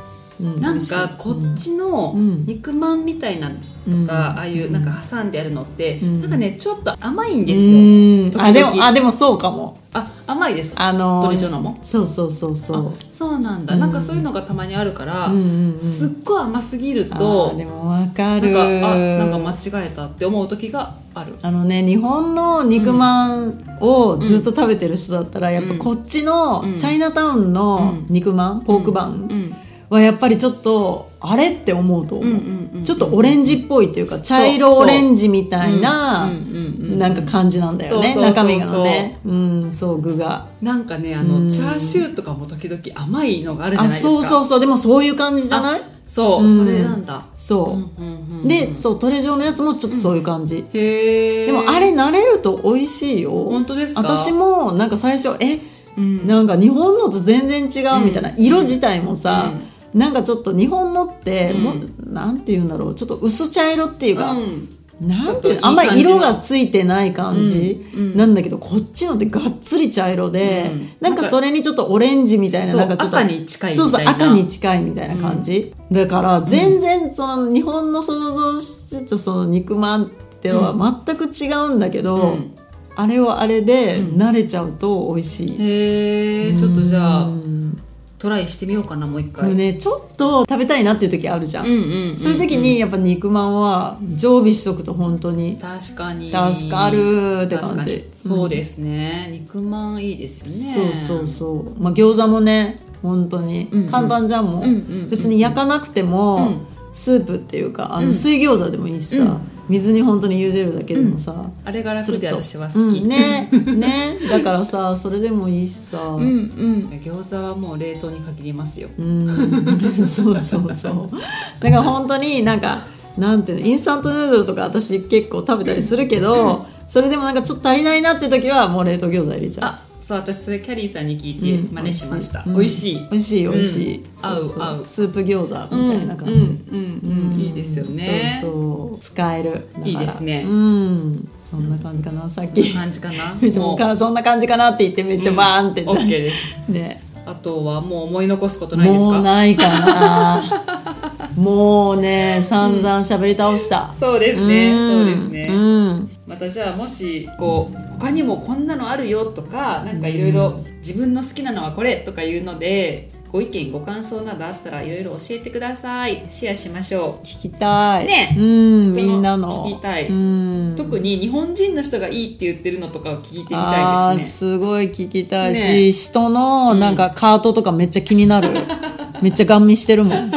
Speaker 1: なんかこっちの
Speaker 2: うん
Speaker 1: 肉まんみたいなと
Speaker 2: うん
Speaker 1: か、ああいうなんか挟んであるのって、
Speaker 2: うん
Speaker 1: なんかねちょっと甘いんで
Speaker 2: 美味
Speaker 1: す
Speaker 2: しい
Speaker 1: よ。
Speaker 2: うん
Speaker 1: 時々
Speaker 2: あでもあでもそうかも
Speaker 1: あ甘いです。
Speaker 2: あの
Speaker 1: ドリジョナも。
Speaker 2: そうそうそう
Speaker 1: あ
Speaker 2: そ
Speaker 1: そうなんだ、
Speaker 2: うん
Speaker 1: なんかそういうのがたまにあるから、
Speaker 2: う、うんうんうん、
Speaker 1: すっごい甘すぎる
Speaker 2: あ
Speaker 1: と
Speaker 2: ーでもわ
Speaker 1: な
Speaker 2: か
Speaker 1: ん
Speaker 2: る
Speaker 1: かあなんか間違えたって思う時がある。
Speaker 2: あのね日本の肉まんをずっと食べてる人だったら、やっぱこっちの
Speaker 1: うん
Speaker 2: チャイナタウンの
Speaker 1: うん
Speaker 2: 肉まん、ポークバン、
Speaker 1: うん
Speaker 2: はやっぱりちょっとあれって思うと思う、
Speaker 1: うんうんうんうん
Speaker 2: ちょっとオレンジっぽいっていうか茶色オレンジみたいな
Speaker 1: うんうんうんうん
Speaker 2: なんか感じなんだよ
Speaker 1: そう
Speaker 2: ね
Speaker 1: そうそう
Speaker 2: 中身がねうんそう具が
Speaker 1: なんかねあ
Speaker 2: う
Speaker 1: の
Speaker 2: ん
Speaker 1: チャーシューとかも時々甘いのがあるじゃない
Speaker 2: あ
Speaker 1: ですか
Speaker 2: そうそううそうでもそういう感じじゃない
Speaker 1: そう、
Speaker 2: うん
Speaker 1: それなんだ
Speaker 2: そう、でそうトレジョーのやつもちょっとそういう感じ、
Speaker 1: へえ
Speaker 2: でもあれ慣れると美味しいよ
Speaker 1: 本当ですか
Speaker 2: 私もなんか最初え
Speaker 1: うん
Speaker 2: なんか日本のと全然違うみたいな、
Speaker 1: うん
Speaker 2: 色自体もさ、なんかちょっと日本のって、
Speaker 1: うん
Speaker 2: もなんて言うんだろうちょっと薄茶色っていうか、
Speaker 1: うん
Speaker 2: なんていう
Speaker 1: ちょっといい感じ
Speaker 2: の
Speaker 1: の
Speaker 2: あんまり色がついてない感じ
Speaker 1: うんうん
Speaker 2: なんだけど、こっちのってがっつり茶色で、
Speaker 1: うん
Speaker 2: なんかそれにちょっとオレンジみたいな
Speaker 1: そう
Speaker 2: なんかちょっと
Speaker 1: 赤に近いみたい
Speaker 2: そ
Speaker 1: な
Speaker 2: うそう赤に近いみたいな感じ、だから全然その日本の想像してたその肉まんってのは全く違うんだけど、
Speaker 1: うん
Speaker 2: あれはあれで
Speaker 1: うん
Speaker 2: 慣れちゃうと美味しい、
Speaker 1: へえちょっとじゃあ
Speaker 2: うん
Speaker 1: トライしてみようかなもう一
Speaker 2: でも
Speaker 1: 回
Speaker 2: ねちょっと食べたいなっていう時あるじゃん、
Speaker 1: うんうんうん
Speaker 2: そういう時にやっぱ肉まんは常備しとくと本当に
Speaker 1: 確かに
Speaker 2: 助かるって
Speaker 1: 確か
Speaker 2: 感
Speaker 1: に
Speaker 2: じ
Speaker 1: そうですね肉まんいいですよね
Speaker 2: そうそうそう、まあ、餃子もね本当に
Speaker 1: うんうん
Speaker 2: 簡単じゃんもう、
Speaker 1: うんうん
Speaker 2: 別に焼かなくて
Speaker 1: う
Speaker 2: も
Speaker 1: ん
Speaker 2: スープっていうかあ
Speaker 1: うん
Speaker 2: の水餃子でもいいしさ、
Speaker 1: うん
Speaker 2: 水に本当に茹でるだけでもさ、
Speaker 1: あれが
Speaker 2: つる
Speaker 1: 楽
Speaker 2: っ
Speaker 1: で
Speaker 2: と
Speaker 1: 私は好き、
Speaker 2: うんねねだからさそれでもいいしさ、
Speaker 1: うんうん餃子はもう冷凍に限りますよ
Speaker 2: うん (laughs) そうそうそうだから本当になんかなんていうのインスタントヌードルとか私結構食べたりするけど、それでもなんかちょっと足りないなって時はもう冷凍餃子入れちゃ
Speaker 1: あそう私それキャリーさんに聞いて
Speaker 2: う
Speaker 1: 真似しました、
Speaker 2: うん
Speaker 1: 美味しい、
Speaker 2: う美味しい美味しい、
Speaker 1: うん
Speaker 2: そうそう
Speaker 1: 合う合う
Speaker 2: スープ餃子みたいな感じ、
Speaker 1: うんうんうん
Speaker 2: うん
Speaker 1: いいですよね
Speaker 2: そうそう使えるだから
Speaker 1: いいですね
Speaker 2: うんそんな感じかなさっき (laughs)
Speaker 1: 感じかな
Speaker 2: みちょ
Speaker 1: も
Speaker 2: も
Speaker 1: う
Speaker 2: からそんな感じかなって言ってめっちゃバーンって
Speaker 1: オッケーです
Speaker 2: ね
Speaker 1: あとはもう思い残すことないです
Speaker 2: もう
Speaker 1: か
Speaker 2: ない
Speaker 1: (laughs)
Speaker 2: かなもうね散々喋り倒した、
Speaker 1: そうですね
Speaker 2: ん
Speaker 1: そうですね
Speaker 2: うん
Speaker 1: またじゃあもしこう他にもこんなのあるよとかなんかいろいろ自分の好きなのはこれとかいうのでご意見ご感想などあったらいろいろ教えてくださいシェアしましょ
Speaker 2: 聞きたい
Speaker 1: ね
Speaker 2: うん
Speaker 1: 人の
Speaker 2: みんなの
Speaker 1: 聞きたい
Speaker 2: うん
Speaker 1: う特に日本人の人がいいって言ってるのとかを聞いてみ
Speaker 2: あ
Speaker 1: た
Speaker 2: あ
Speaker 1: い
Speaker 2: ー
Speaker 1: ですね
Speaker 2: すごい聞きたいし、
Speaker 1: ね
Speaker 2: 人のなんかカートとかめっちゃ気
Speaker 1: (laughs)
Speaker 2: になる、めっちゃガン見してるもん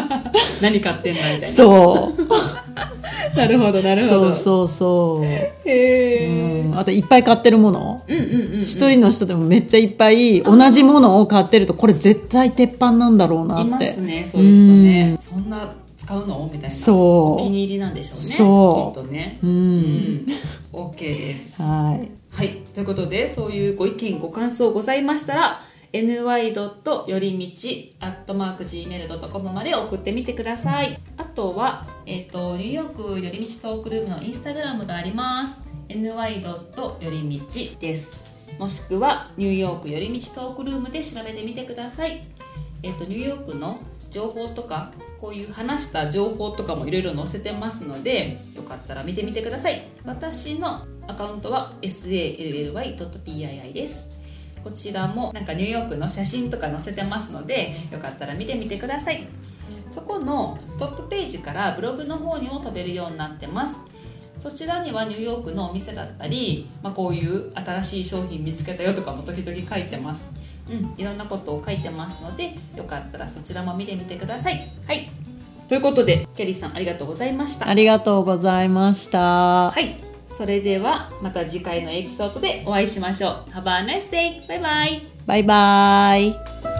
Speaker 1: 何買ってんだみたい
Speaker 2: そう
Speaker 1: (laughs) ななるほどなるほ
Speaker 2: そ
Speaker 1: ど
Speaker 2: うそうそう、
Speaker 1: へえ
Speaker 2: うんあといっぱい買ってるもの
Speaker 1: うんうんうん
Speaker 2: 一、人の人でもめっちゃいっぱい同じものを買ってるとこれ絶対鉄板なんだろうなっ
Speaker 1: い
Speaker 2: て
Speaker 1: ますねそういう人ね、
Speaker 2: うん
Speaker 1: そんな使うのみたいな
Speaker 2: そう
Speaker 1: お気に入りなんでしょうね
Speaker 2: そう
Speaker 1: きっとね
Speaker 2: う、
Speaker 1: うんん OK です
Speaker 2: はい
Speaker 1: はいということでそういうご意見ご感想ございましたら ny. よりみち .gmail.com まで送ってみてくださいあとは、えっとニューヨークよりみちトークルームのインスタグラムがあります ny. よりみちですもしくはニューヨークよりみちトークルームで調べてみてくださいえっとニューヨークの情報とかこういう話した情報とかもいろいろ載せてますのでよかったら見てみてください私のアカウントは sally.pii ですこちらもなんかニューヨークの写真とか載せてますのでよかったら見てみてくださいそこのトップページからブログの方にも飛べるようになってますそちらにはニューヨークのお店だったり、まあ、こういう新しい商品見つけたよとかも時々書いてますうんいろんなことを書いてますのでよかったらそちらも見てみてくださいはいということでケリーさんありがとうございました
Speaker 2: ありがとうございました
Speaker 1: はいそれではまた次回のエピソードでお会いしましょう Have a nice day! バイバイ
Speaker 2: バイバイ